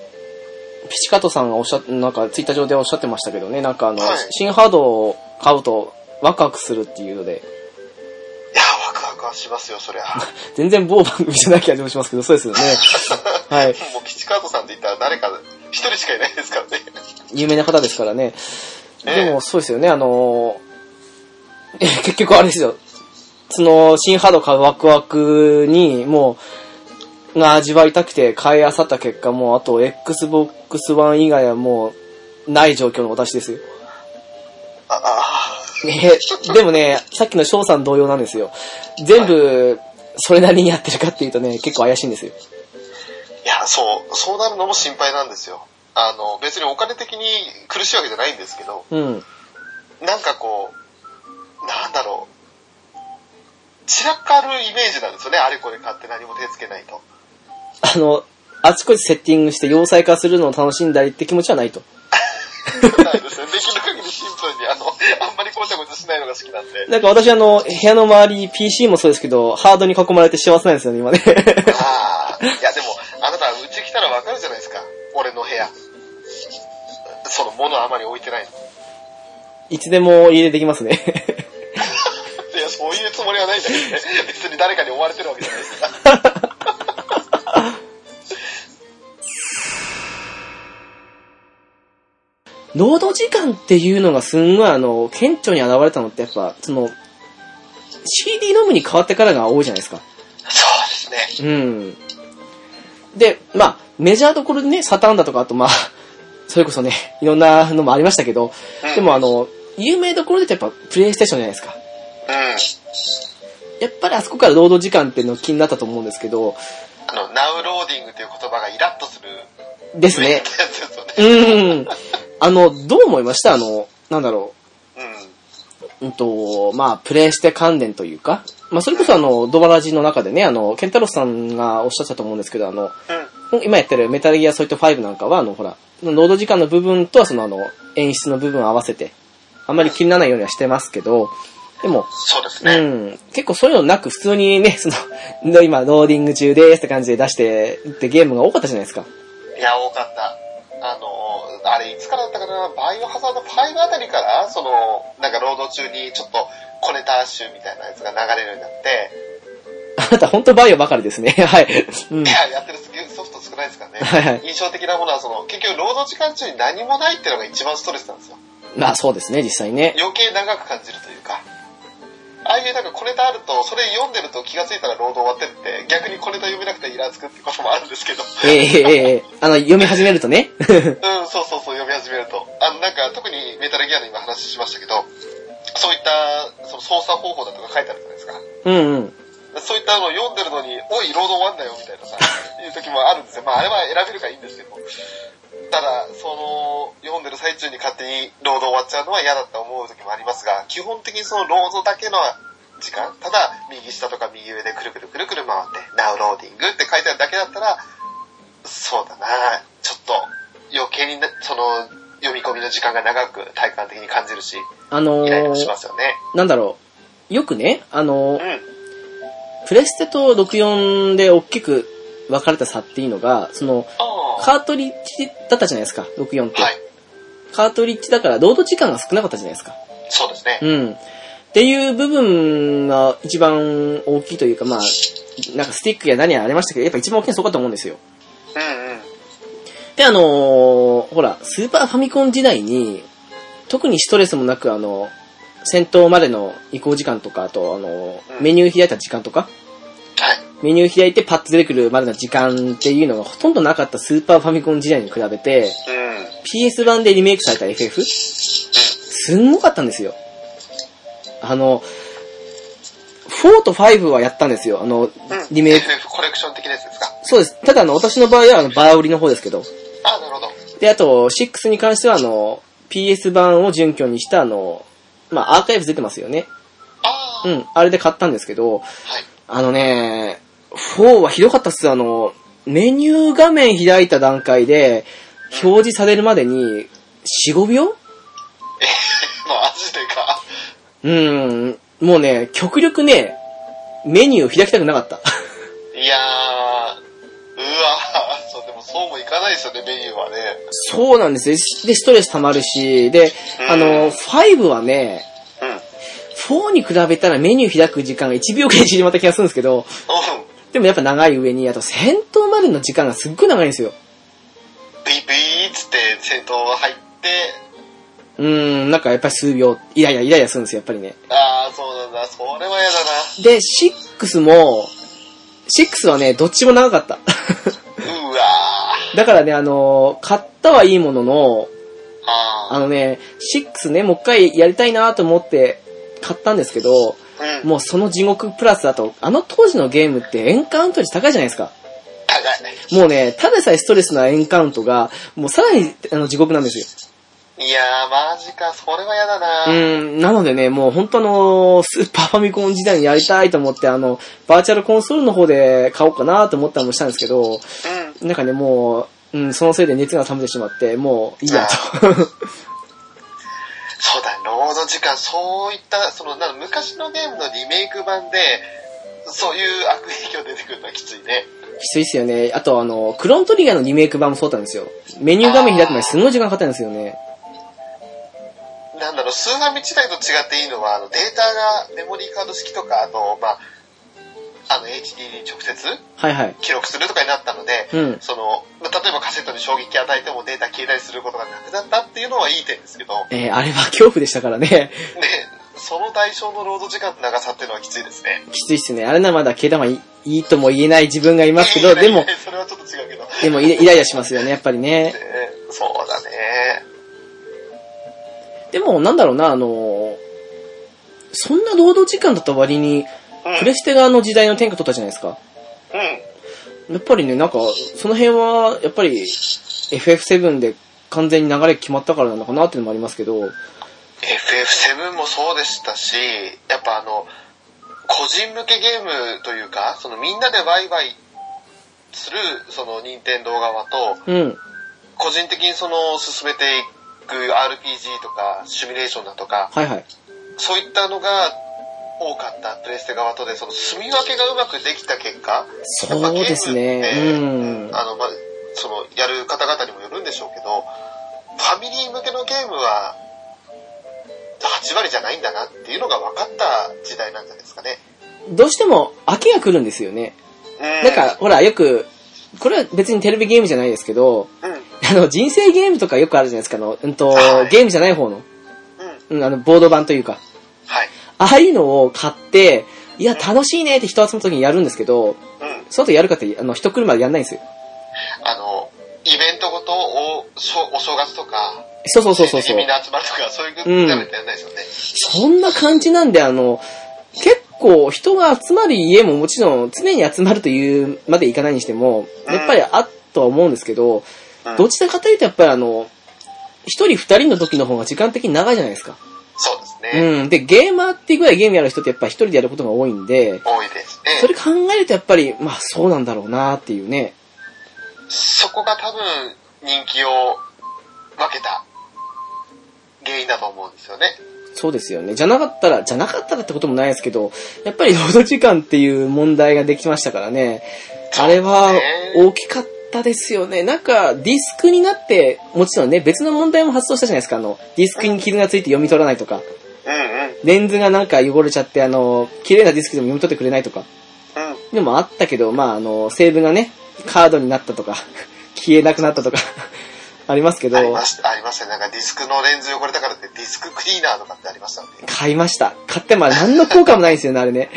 ピチカトさんがおっしゃっ、なんかツイッター上でおっしゃってましたけどね、なんかあの、
はい
新ハードを買うとワクワクするっていうので、
いや、ワクワクはしますよ、そりゃ。
全然某番組じゃない気がしますけど、そうですよね。はい。
もう、ピチカートさんって言ったら誰か、一人しかいないですからね。
有名な方ですからね。
ええ
でもそうですよね、あのー、え 結局あれですよ、その、新ハード買うワクワクに、もう、が味わいたくて買い漁った結果、もうあと Xbox One 以外はもう、ない状況の私ですよ。
ああ、
ねでもね、さっきの翔さん同様なんですよ。全部、それなりにやってるかっていうとね、結構怪しいんですよ。
いや、そう、そうなるのも心配なんですよ。あの、別にお金的に苦しいわけじゃないんですけど、
うん。
なんかこう、なんだろう。散らかるイメージなんですよね、あれこれ買って何も手つけない と。
あの、あちこちセッティングして要塞化するのを楽しんだりって気持ちはないと。
ないですね。できる限りシンプルに、あの、あんまりごちゃごちゃしないのが好きなんで。
なんか私あの、部屋の周り PC もそうですけど、ハードに囲まれて幸せなんですよね、今ね。
ああ、いやでも、あなた、うち来たらわかるじゃないですか。俺の部屋。その、物あまり置いてないの。
いつでも家出できますね。
いや、そういうつもりはないんだけどね。別に誰かに追われてるわけじゃないですか。
労働時間っていうのがすんごいあの、顕著に現れたのってやっぱ、その、CD ロムに変わってからが多いじゃないですか。
そうですね。
うん。で、まあ、メジャーどころでね、サターンだとか、あとまあ、それこそね、いろんなのもありましたけど、
うん
でもあの、有名どころで言うとやっぱ、プレイステーションじゃないですか。
う
やっぱりあそこから労働時間っていうの気になったと思うんですけど、
ん。あの、ナウローディングという言葉がイラッとする。
ですね。
やつですよね。
うん。あの、どう思いましたあの、なんだろ
うん。
う。うんと、まあ、プレイして関連というか、まあ、それこそあの、ドバラジの中でね、あの、ケンタロスさんがおっしゃってたと思うんですけど、あの、
うん。
今やってるメタルギアソリッド5なんかは、あの、ほら、労働時間の部分とはそのあの、演出の部分を合わせて、あんまり気にならないようにはしてますけど、でも、
そうです
う
ね。
ん、結構そういうのなく普通にね、その、 の今、ローディング中ですって感じで出して、ってゲームが多かったじゃないですか。
いや、多かった。あの、あれ、いつからだったかな、バイオハザード5あたりから、その、なんか労働中にちょっと小ネタ集みたいなやつが流れるようになって、
あなた本当バイオばかりですね。 はい。うん
い。 や、やってるソフト少ないですからね。
はいはい。
印象的なものは、その、結局労働時間中に何もないっていうのが一番ストレスなんですよ。
まあそうですね、実際ね。
余計長く感じるというか。ああいうなんか小ネタあると、それ読んでると気がついたら労働終わってって、逆に小ネタ読めなくてイラつくってこともあるんですけど。
ええええええあの、読み始めると ね。
うん、そうそうそう、読み始めると。あの、なんか、特にメタルギアの今話しましたけど、そういった、その操作方法だとか書いてあるじゃないですか。
うんうん。
そういったのを読んでるのに、おい、労働終わんなよ、みたいなさ、いう時もあるんですよ。まあ、あれは選べるからいいんですけど。ただ、その、読んでる最中に勝手に労働終わっちゃうのは嫌だって思うう時もありますが、基本的にそのロードだけの時間、ただ右下とか右上でくるくるくるくる回って、ナウローディングって書いてあるだけだったら、そうだなちょっと余計になその読み込みの時間が長く体感的に感じるし、
あの
イライラし
ー
ま、すよね。
なんだろう。よくね、あの
う
ー、
ん。
プレステと64で大きく分かれた差っていうのが、その、
あー
カートリッジだったじゃないですか、64って。
はい。
カートリッジだから、ロード時間が少なかったじゃないですか。
そうですね。
うん。っていう部分が一番大きいというか、まあ、なんかスティックや何やありましたけど、やっぱ一番大きいのはそこだと思うんですよ。
うんうん。
で、あのーほら、スーパーファミコン時代に、特にストレスもなく、あの、戦闘までの移行時間とか、あと、あの
う、ん
メニュー開いた時間とか、
はい。
メニュー開いてパッと出てくるまでの時間っていうのがほとんどなかったスーパーファミコン時代に比べて、
うん。
PS 版でリメイクされた FF? すんごかったんですよ。あの、4と5はやったんですよ。あの、
うん。
リメイク。
FF コレクション的なやつですか
そうです。ただあの、私の場合はあのバー売りの方ですけど。
ああ、なるほど。
で、あと、6に関してはあの、PS 版を準拠にしたあの、まあ、アーカイブ出てますよね。
あ
う
あ、はい。
ん。あれで買ったんですけど、あのね、4はひどかったっす。あの、メニュー画面開いた段階で、表示されるまでに、4、5秒
まあ、味というか、
うーん、もうね、極力ね、メニューを開きたくなかった。
いやー、うわー、そう、でもそうもいかないですよね、メニューはね。
そうなんですよ。で、ストレス溜まるし、で、あ
うん
の、5はね、
うん。うん。
4に比べたらメニュー開く時間が1秒くらい縮まった気がするんですけど、でもやっぱ長い上に、あと戦闘までの時間がすっごい長いんですよ。
ビビーっつって戦闘が入って、
うーん、なんかやっぱり数秒、イライライライラするんですよ、やっぱりね。
あー、そうなんだ、それは嫌だ
で、6も、6はね、どっちも長かった。
な。うわー。
だからね、あの、買ったはいいものの、あ
あ
のね、6ね、もう一回やりたいなと思って買ったんですけど、
ー、うん。
もうその地獄プラスだと、あの当時のゲームってエンカウント率高いじゃないですか。
高い。
もうね、ただでさえストレスなエンカウントが、もうさらにあの地獄なんですよ。
いやー、マジか、それは嫌だな。
うーん、なのでね、もう本当あの、スーパーファミコン時代にやりたいと思って、あの、バーチャルコンソールの方で買おうかなと思ったりもしたんですけど、
うん。
なんかね、もう、うん、そのせいで熱が冷めてしまって、もういいやと。
そうだ、ロード時間、そういった、その、なんか昔のゲームのリメイク版で、そういう悪影響出てくるのはきついね。
きついっすよね。あとあの、クロントリガーのリメイク版もそうだったんですよ。メニュー画面開くまですごい時間かかったんですよね。
なんだろう、スーファミ時代と違っていいのは、あのデータがメモリーカード式とか、あと、まあ、あの、HD に直接
はいはい。
記録するとかになったので、
うん。
その、まあ例えばカセットに衝撃与えてもデータ消えたりすることがなくなったっていうのはいい点ですけど、ね、
えーあれは恐怖でしたからね。
その代償のロード時間の長さっていうのはきついですね。
きついっすね。あれならまだ毛玉いいいとも言えない自分がいますけど、
いやい
で
やいや
も、
それはちょっと違うけど。
でもイラ イライラしますよね、やっぱりね。
ねそうだね。
でも、なんだろうな、あのーそんな労働時間だった割に、
うん
プレステ側の時代の天下取ったじゃないですか。
うん。
やっぱりね、なんか、その辺は、やっぱり、FF7 で完全に流れ決まったからなのかなっていうのもありますけど、
FF7 もそうでしたし、やっぱあの、個人向けゲームというか、そのみんなでワイワイする、その任天堂側と、
うん。
個人的にその進めていく RPG とか、シミュレーションだとか、
はいはい。
そういったのが多かったプレステ側とで、その住み分けがうまくできた結果、やっぱ
そう
ゲームって
ですね。うん。
あの、まあ、その、やる方々にもよるんでしょうけど、ファミリー向けのゲームは、8割じゃないんだなっていうのが分かった時代なんじゃないですかね。
どうしても、飽きが来るんですよね。
うん
なんか、、ほら、よく、これは別にテレビゲームじゃないですけど、
うん、うん、
あの、人生ゲームとかよくあるじゃないですか、あの、うんと
はい、
ゲームじゃない方の、うん、あの、ボード版というか、
はい、
ああいうのを買って、いや、楽しいねって人集めた時にやるんですけど、
うん。
その後やるかって、あの、人来るまでやんないんですよ。
あの、イベントごと、お、おお正月とか、
そうそうそうそうそ
親
う
戚 みん。な集まるとか、そういうことやるってやんないですよね。
そんな感じなんで、あの、結構人が集まる家ももちろん常に集まるというまでいかないにしても、やっぱりあっとは思うんですけど、
うん
どちらかというとやっぱりあの、一人二人の時の方が時間的に長いじゃないですか。
そうでですね。
うん。で、ゲーマーっていうぐらいゲームやる人ってやっぱ一人でやることが多いんで、
多いですね。
それ考えるとやっぱり、まあそうなんだろうなっていうね。
そこが多分人気を分けた原因だと思うんですよね。
そうですよね。じゃなかったら、じゃなかったらってこともないですけど、やっぱり 労働時間っていう問題ができましたからね。あれは大きかったですよね。なんか、ディスクになって、もちろんね、別の問題も発動したじゃないですか。あの、ディスクに傷がついて読み取らないとか、
うんうん。
レンズがなんか汚れちゃって、あの、綺麗なディスクでも読み取ってくれないとか。
うん。
でもあったけど、まあ、あの、セーブがね、カードになったとか、 消えなくなったとか、 ありますけ
あり
ど
ま、した、ありましたね。なんかディスクのレンズ汚れたからってディスククリーナーとかってありましたよね。
買いました。買ってもあれ何の効果もないんですよね、あれね。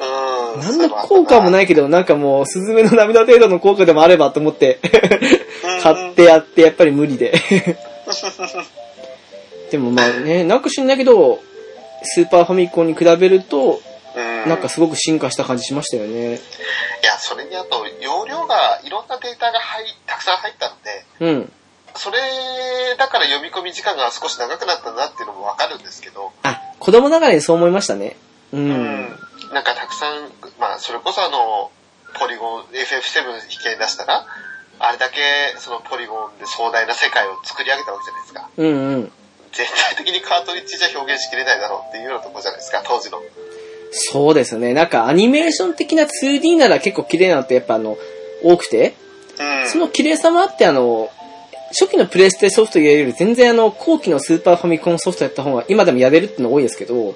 うん。。
何の効果もないいけど、なんかもう、スズメの涙程度の効果でもあればと思って、買ってやって、やっぱり無理で。でもまあね、なんか知んないけど、スーパーファミコンに比べると、
うん。
なんかすごく進化した感じしましたよね。
いや、それにあと、容量が、いろんなデータが入り、たくさん入ったので、
うん。
それだから読み込み時間が少し長くなったなっていうのもわかるんですけど、
あ、子供ながらにそう思いましたね。うん。
なんかたくさん、まあ、それこそあの、ポリゴン、FF7 引き合い出したら、あれだけそのポリゴンで壮大な世界を作り上げたわけじゃないですか。
うんうん。
全体的にカートリッジじゃ表現しきれないだろうっていうようなとこじゃないですか、当時の。
そうですね。なんかアニメーション的な 2D なら結構綺麗なのってやっぱあの、多くて、
うん。
その綺麗さもあってあの、初期のプレステソフトやるより全然あの、後期のスーパーファミコンソフトやった方が今でもやれるっての多いですけど、
うん。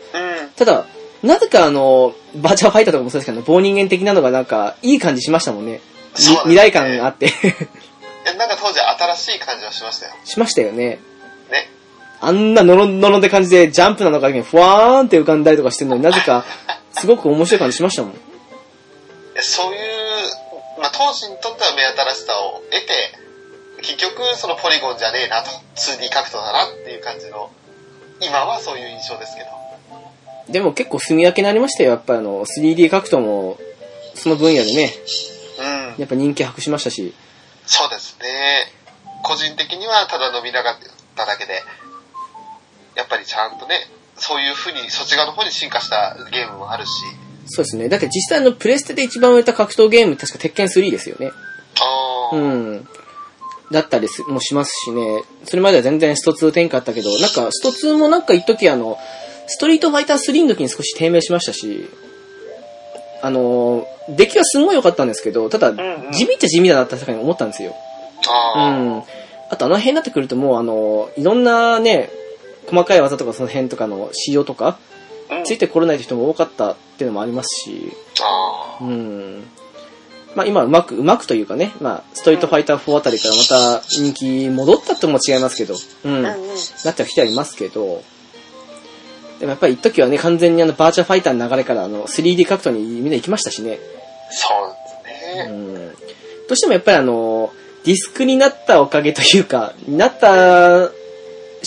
ただ、なぜかあの、バーチャーファイターとかもそうですけど、棒人間的なのがなんか、いい感じしましたもんね。み
そうなんですね
未来感があって。
いやなんか当時新しい感じはしましたよ。
しましたよね。
ね。
あんなノロノロで感じで、ジャンプなのかにふわーんって浮かんだりとかしてるのになぜか、すごく面白い感じしましたもん。
そういう、まあ、当時にとっては目新しさを得て、結局そのポリゴンじゃねえなと、2D 格闘だなっていう感じの、今はそういう印象ですけど。
でも結構住み分けになりましたよ。やっぱあの、3D 格闘も、その分野でね、
うん。
やっぱ人気博しましたし、
そうですね。個人的にはただ伸びなかっただけで、やっぱりちゃんとね、そういう風に、そっち側の方に進化したゲームもあるし、
そうですね。だって実際のプレステで一番売れた格闘ゲーム、確か鉄拳3ですよね。
あー
うん。だったりすもしますしね、それまでは全然スト2転換あったけど、なんかスト2もなんか一時あの、ストリートファイター3の時に少し低迷しましたし、あの、出来はすごい良かったんですけど、ただ、
んうん
地味っちゃ地味だなって確かに思ったんですよ。う
あー、
ん。あとあの辺になってくるともうあの、いろんなね、細かい技とかその辺とかの仕様とか、
うん
ついてこれない人も多かったっていうのもありますし、
あー
うん。まあ今うまく、うまくというかね、まあストリートファイター4あたりからまた人気戻ったとも違いますけど、うん。な
うんうん
ってはきてはいますけど、でもやっぱり一時はね、完全にあのバーチャーファイターの流れからあの 3D 格闘にみんな行きましたしね。
そうです
う
ね。
ん。どうしてもやっぱりあの、ディスクになったおかげというか、になった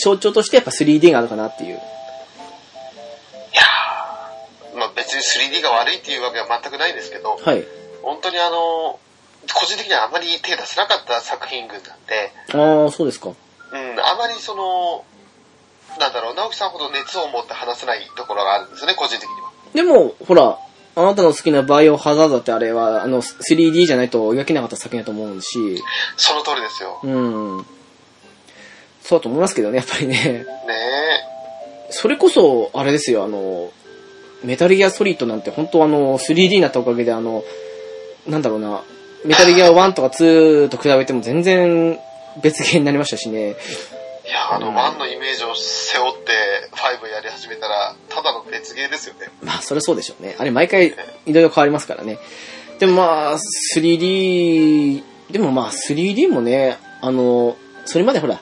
象徴としてやっぱ 3D があるかなっていう。
いやーまあ別に 3D が悪いっていうわけは全くないですけど、
はい。
本当にあの、個人的にはあまり手出せなかった作品群なんで、
ああ、そうですか。
うん、あまりその、なんだろう、直樹さんほど熱を持って話せないところがあるんですよね、個人的には。
でも、ほら、あなたの好きなバイオハザードってあれは、あの、3D じゃないと描けなかった作品だと思うし、
その通りですよ。
うん。そうだと思いますけどね、やっぱりね。
ねえ。
それこそ、あれですよ、あの、メタルギアソリッドなんて本当あの、3D になったおかげであの、なんだろうな、メタルギア1とか2と比べても全然別ゲーになりましたしね。
いや、あの、
うん
1のイメージを背負って5やり始めたら、ただの別ゲーですよね。
まあ、それそうでしょうね。あれ、毎回、いろいろ変わりますからね。でもまあ、3D、でもまあ、3D もね、あの、それまでほら、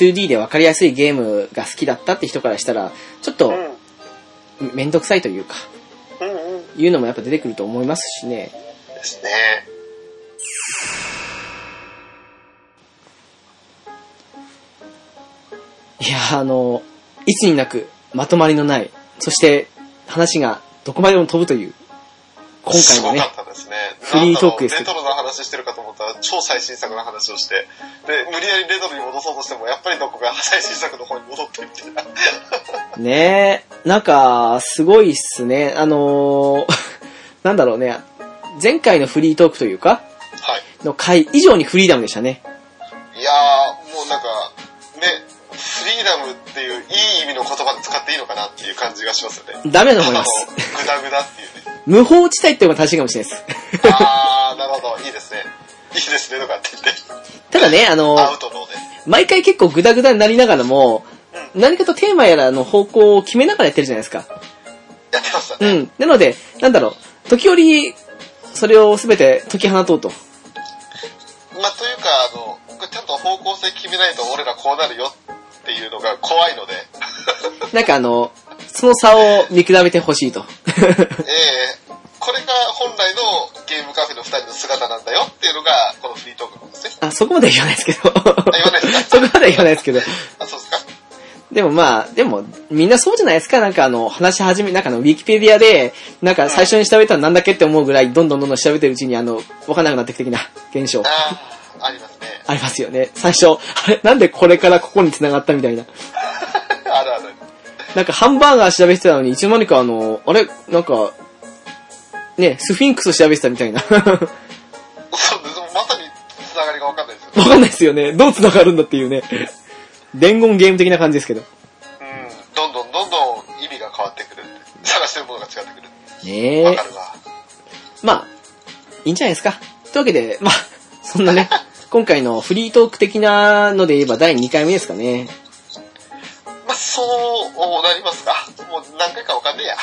2D で分かりやすいゲームが好きだったって人からしたら、ちょっと、めんどくさいというか、
うんうん。
いうのもやっぱ出てくると思いますしね。
ですね。
いや、あの、いつになく、まとまりのない、そして、話がどこまでも飛ぶという、今回の
すご
ね
か、ったですね。
フリートークです
なんだろうレトロな話してるかと思ったら超最新作の話をして、で、無理やりレトロに戻そうとしても、やっぱりどこか最新作の方に戻ってみたいな。
ねえ、なんか、すごいっすね。あのー なんだろうね、前回のフリートークというか、
はい。
の回以上にフリーダムでしたね。
いやー、もうなんか、ね、フリーダムっていういい意味の言葉で使っていいのかなっていう感じがしますよね。
ダメだと
あ
思い
の
ます。、
グダグダっていうね。
無法地帯っていうのが正しいかもしれないです。
あー、なるほど、いいですね。いいですね、とかって 言って、
ただね、あのー
アウトローで。
毎回結構グダグダになりながらも、何かとテーマやらの方向を決めながらやってるじゃないですか。
やってました
う
ね。
ん。なので、なんだろう、時折、それを全て解き放とうと。
まあ、というか、あの、これちゃんと方向性決めないと俺らこうなるよっていうのが怖いので、
なんかあの、その差を見比べてほしいと。
えー、これが本来のゲームカフェの二人の姿なんだよっていうのが、このフリートークなんですね。
あ、そこまでは言わないですけど。
言わないです
そ
か
こまでは言わないですけど。
あ、そうですか
でもまあ、でも、みんなそうじゃないですか。なんかあの、話し始め、なんかあの、ウィキペディアで、なんか最初に調べたらなんだっけって思うぐらい、どんどんどんどん調べてるうちに、あの、わかんなくなっていく的な現象。
あー、ありますね。
ありますよね。最初、あれ、なんでこれからここに繋がったみたいな。
あるある。
なんかハンバーガー調べてたのに、いつの間にかあの、あれ、なんか、ね、スフィンクス調べてたみたいな。 わ
そうです。まさにつながりがわかんないですよね。
かんないですよね。どう繋がるんだっていうね。伝言ゲーム的な感じですけど。
うん。どんどんどんどん意味が変わってくる。探してるものが違ってくる。
ね
わ
え
か。るわ。
まあ、いいんじゃないですか。というわけで、まあ、そんなね、今回のフリートーク的なので言えば第2回目ですかね。
まあ、そうなりますか。もう何回かわかんねえや。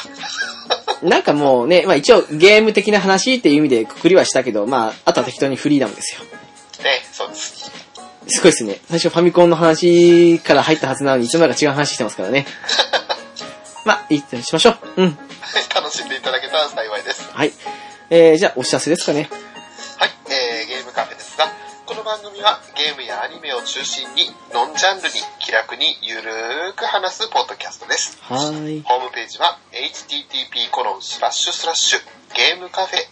なんかもうね、まあ一応ゲーム的な話っていう意味でくくりはしたけど、まあ、あとは適当にフリーダムですよ。
ね、そうです。
すごいですね。最初ファミコンの話から入ったはずなのに、いつの間にか違う話してますからね。まあ、いいとしましょう。うん。
楽しんでいただけたら幸いです。
はい。えー、じゃあ、お知らせですかね。
はい、えー、ゲームカフェですが、この番組はゲームやアニメを中心に、ノンジャンルに気楽にゆるーく話すポッドキャストです。
はーい。
ホームページは http コロンスラッシュスラッシュゲームカフェ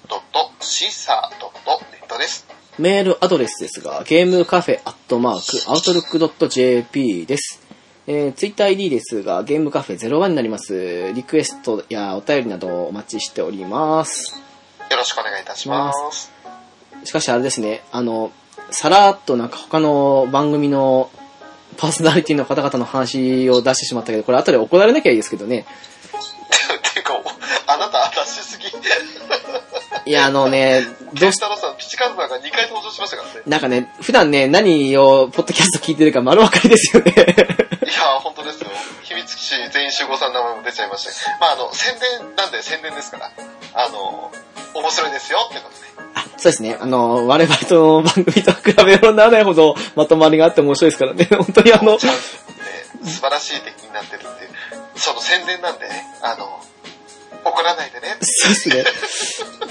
.caesar.net です。
メールアドレスですが、ゲームカフェアットマーク、アウトルックドット JP です。えー、ツイッター ID ですが、ゲームカフェ01になります。リクエストやお便りなどお待ちしております。
よろしくお願いいたします。
しかしあれですね、あの、さらっとなんか他の番組のパーソナリティの方々の話を出してしまったけど、これ後で怒られなきゃいいですけどね。
ていうか、あなた出しすぎ。
いや、あのね、
どうしたのさん、ピチカズナが2回登場しましたからね。
なんかね、普段ね、何をポッドキャスト聞いてるか丸分かりですよね。
いやー、本当ですよ。秘密基地全員集合さんの名前も出ちゃいましたしまあ、あの、宣伝なんで宣伝ですから、あの、面白いですよってことで。
あそうですね、あの、我々との番組と比べようにならないほどまとまりがあって面白いですからね、 本当にあの、
ちゃんとね、素晴らしい敵になってるっていう、その宣伝なんでね、あの、怒らないでね。
そうですね。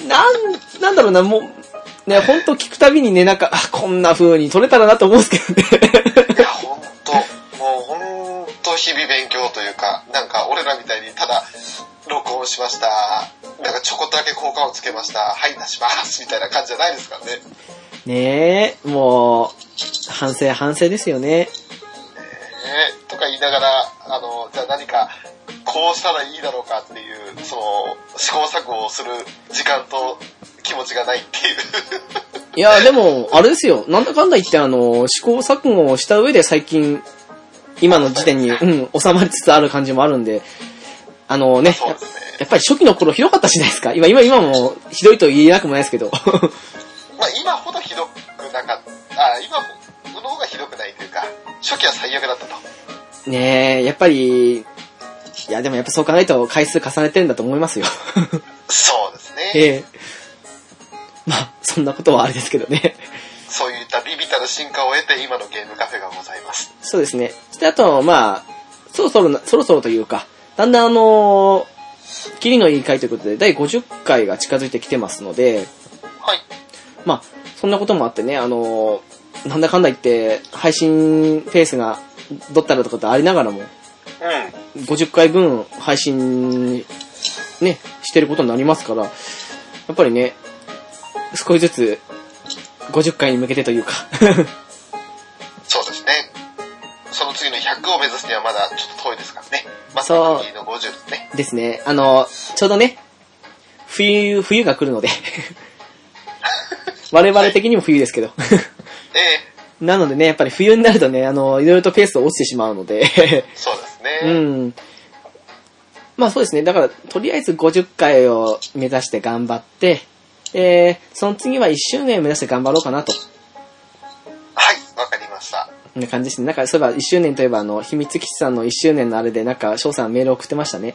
なん、なんだろうな、もう、ね、本当聞くたびにね、なんか、あ、こんな風に撮れたらなと思うんですけどね。
いや、ほんと、もうほんと日々勉強というか、なんか俺らみたいにただ、録音しました。なんかちょこっとだけ効果をつけました。はい、出します。みたいな感じじゃないですからね。
ねえ、もう、反省反省ですよね。
ねとか言いながら、あの、じゃあ何か、こうしたらいいだろうかっていう、その、試行錯誤をする時間と気持ちがないっていう。
いや、でも、あれですよ。なんだかんだ言って、あの、試行錯誤をした上で最近、今の時点に、うん、収まりつつある感じもあるんで、あのね、
そうですね。
やっぱり初期の頃ひどかったじゃないですか。今、今、今もひどいと言えなくもないですけど。
まあ今ほどひどくなかった、あ、今ほの方がひどくないというか、初期は最悪だったと。
ねえ、やっぱり、いや、でもやっぱそう考えると回数重ねてるんだと思いますよ。
そうですね。
ええ。まあ、そんなことはあれですけどね。
そういったビビたる進化を得て今のゲームカフェがございます。
そうですね。そしてあと、まあ、そろそろな、そろそろというか、だんだんあのー、キリのいい回ということで、第50回が近づいてきてますので、
はい。
まあ、そんなこともあってね、あのー、なんだかんだ言って、配信ペースがどったらとかってありながらも、
うん。
50回分配信、ね、してることになりますから、やっぱりね、少しずつ50回に向けてというか。
そうですね。その次の100を目指すにはまだちょっと遠いですからね。まず
そう
次の50ですね。
ですね。あの、ちょうどね、冬、冬が来るので。 我々的にも冬ですけど。
え
なのでね、やっぱり冬になるとね、あの、いろいろとペースが落ちてしまうので。
えそうです
う
ね。
ん。まあそうですね。だから、とりあえず50回を目指して頑張って、で、その次は1周年を目指して頑張ろうかなと。
はい、わかりました。
な感じですね。なんか、そういえば1周年といえば、あの、秘密基地さんの1周年のあれで、なんか、翔さんメール送ってましたね。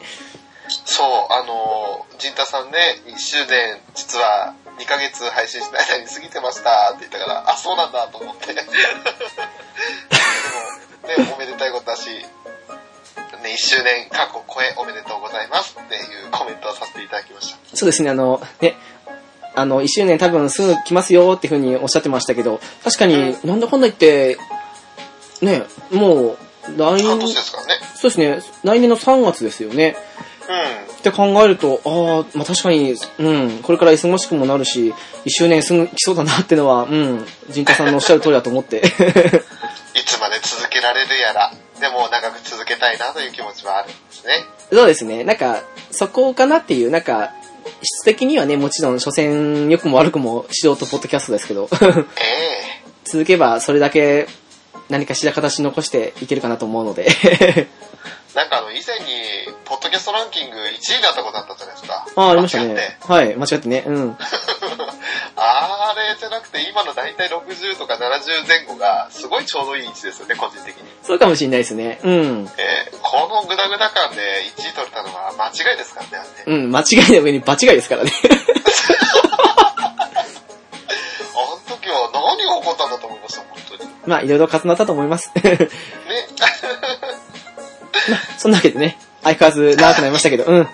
そう、あのー、陣太さんね、1周年、実は2ヶ月配信しない間に過ぎてましたって言ったから、あ、そうなんだと思って。でも、ね、おめでたいことだし、ね、1周年、過去超えおめでとうございますっていうコメントをさせていただきました。
そうですね、あの、ね、あの、1周年多分すぐ来ますよっていうふうにおっしゃってましたけど、確かになんだかんだ言って、ね、もう、来
半
年、
年ですからね。
そうですね、来年の3月ですよね。
うん。
って考えると、ああ、まあ確かに、うん、これから忙しくもなるし、1周年すぐ来そうだなってのは、うん、陣太さんのおっしゃる通りだと思って。
いつまで続けられるやら、でも長く続けたいなという気持ちはあるんですね。
そうですね。なんか、そこかなっていう、なんか、質的にはね、もちろん、所詮、良くも悪くも、素人ポッドキャストですけど、
ええ
続けば、それだけ、何かしら形残していけるかなと思うので。
なんかあの、以前に、ポッドキャストランキング1位だったことあったじゃないですか。
ああ、ありました
間違って
ね。はい、間違ってね。うん。
あれじゃなくて、今の大体60とか70前後が、すごいちょうどいい位置ですよね、個人的に。
そうかもしれないですね。うん。
えーこのグダグダ感で1位取れたのは間違いですからね、あれね。
うん、間違いの上に場違いですからね。
あの時は何が起こったんだと思いました、本当に。ね。
まあ、いろいろ重なったと思います。 そんなわけでね、相変わらず長くなりましたけど、うん。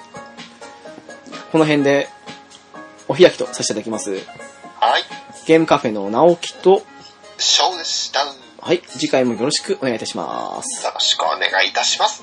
この辺で、お開きとさせていただきます。
はい、
ゲームカフェの直樹と、
ショーでした。よ
はい、次回もよろしくお願いいたします。
ろしくお願いいたします。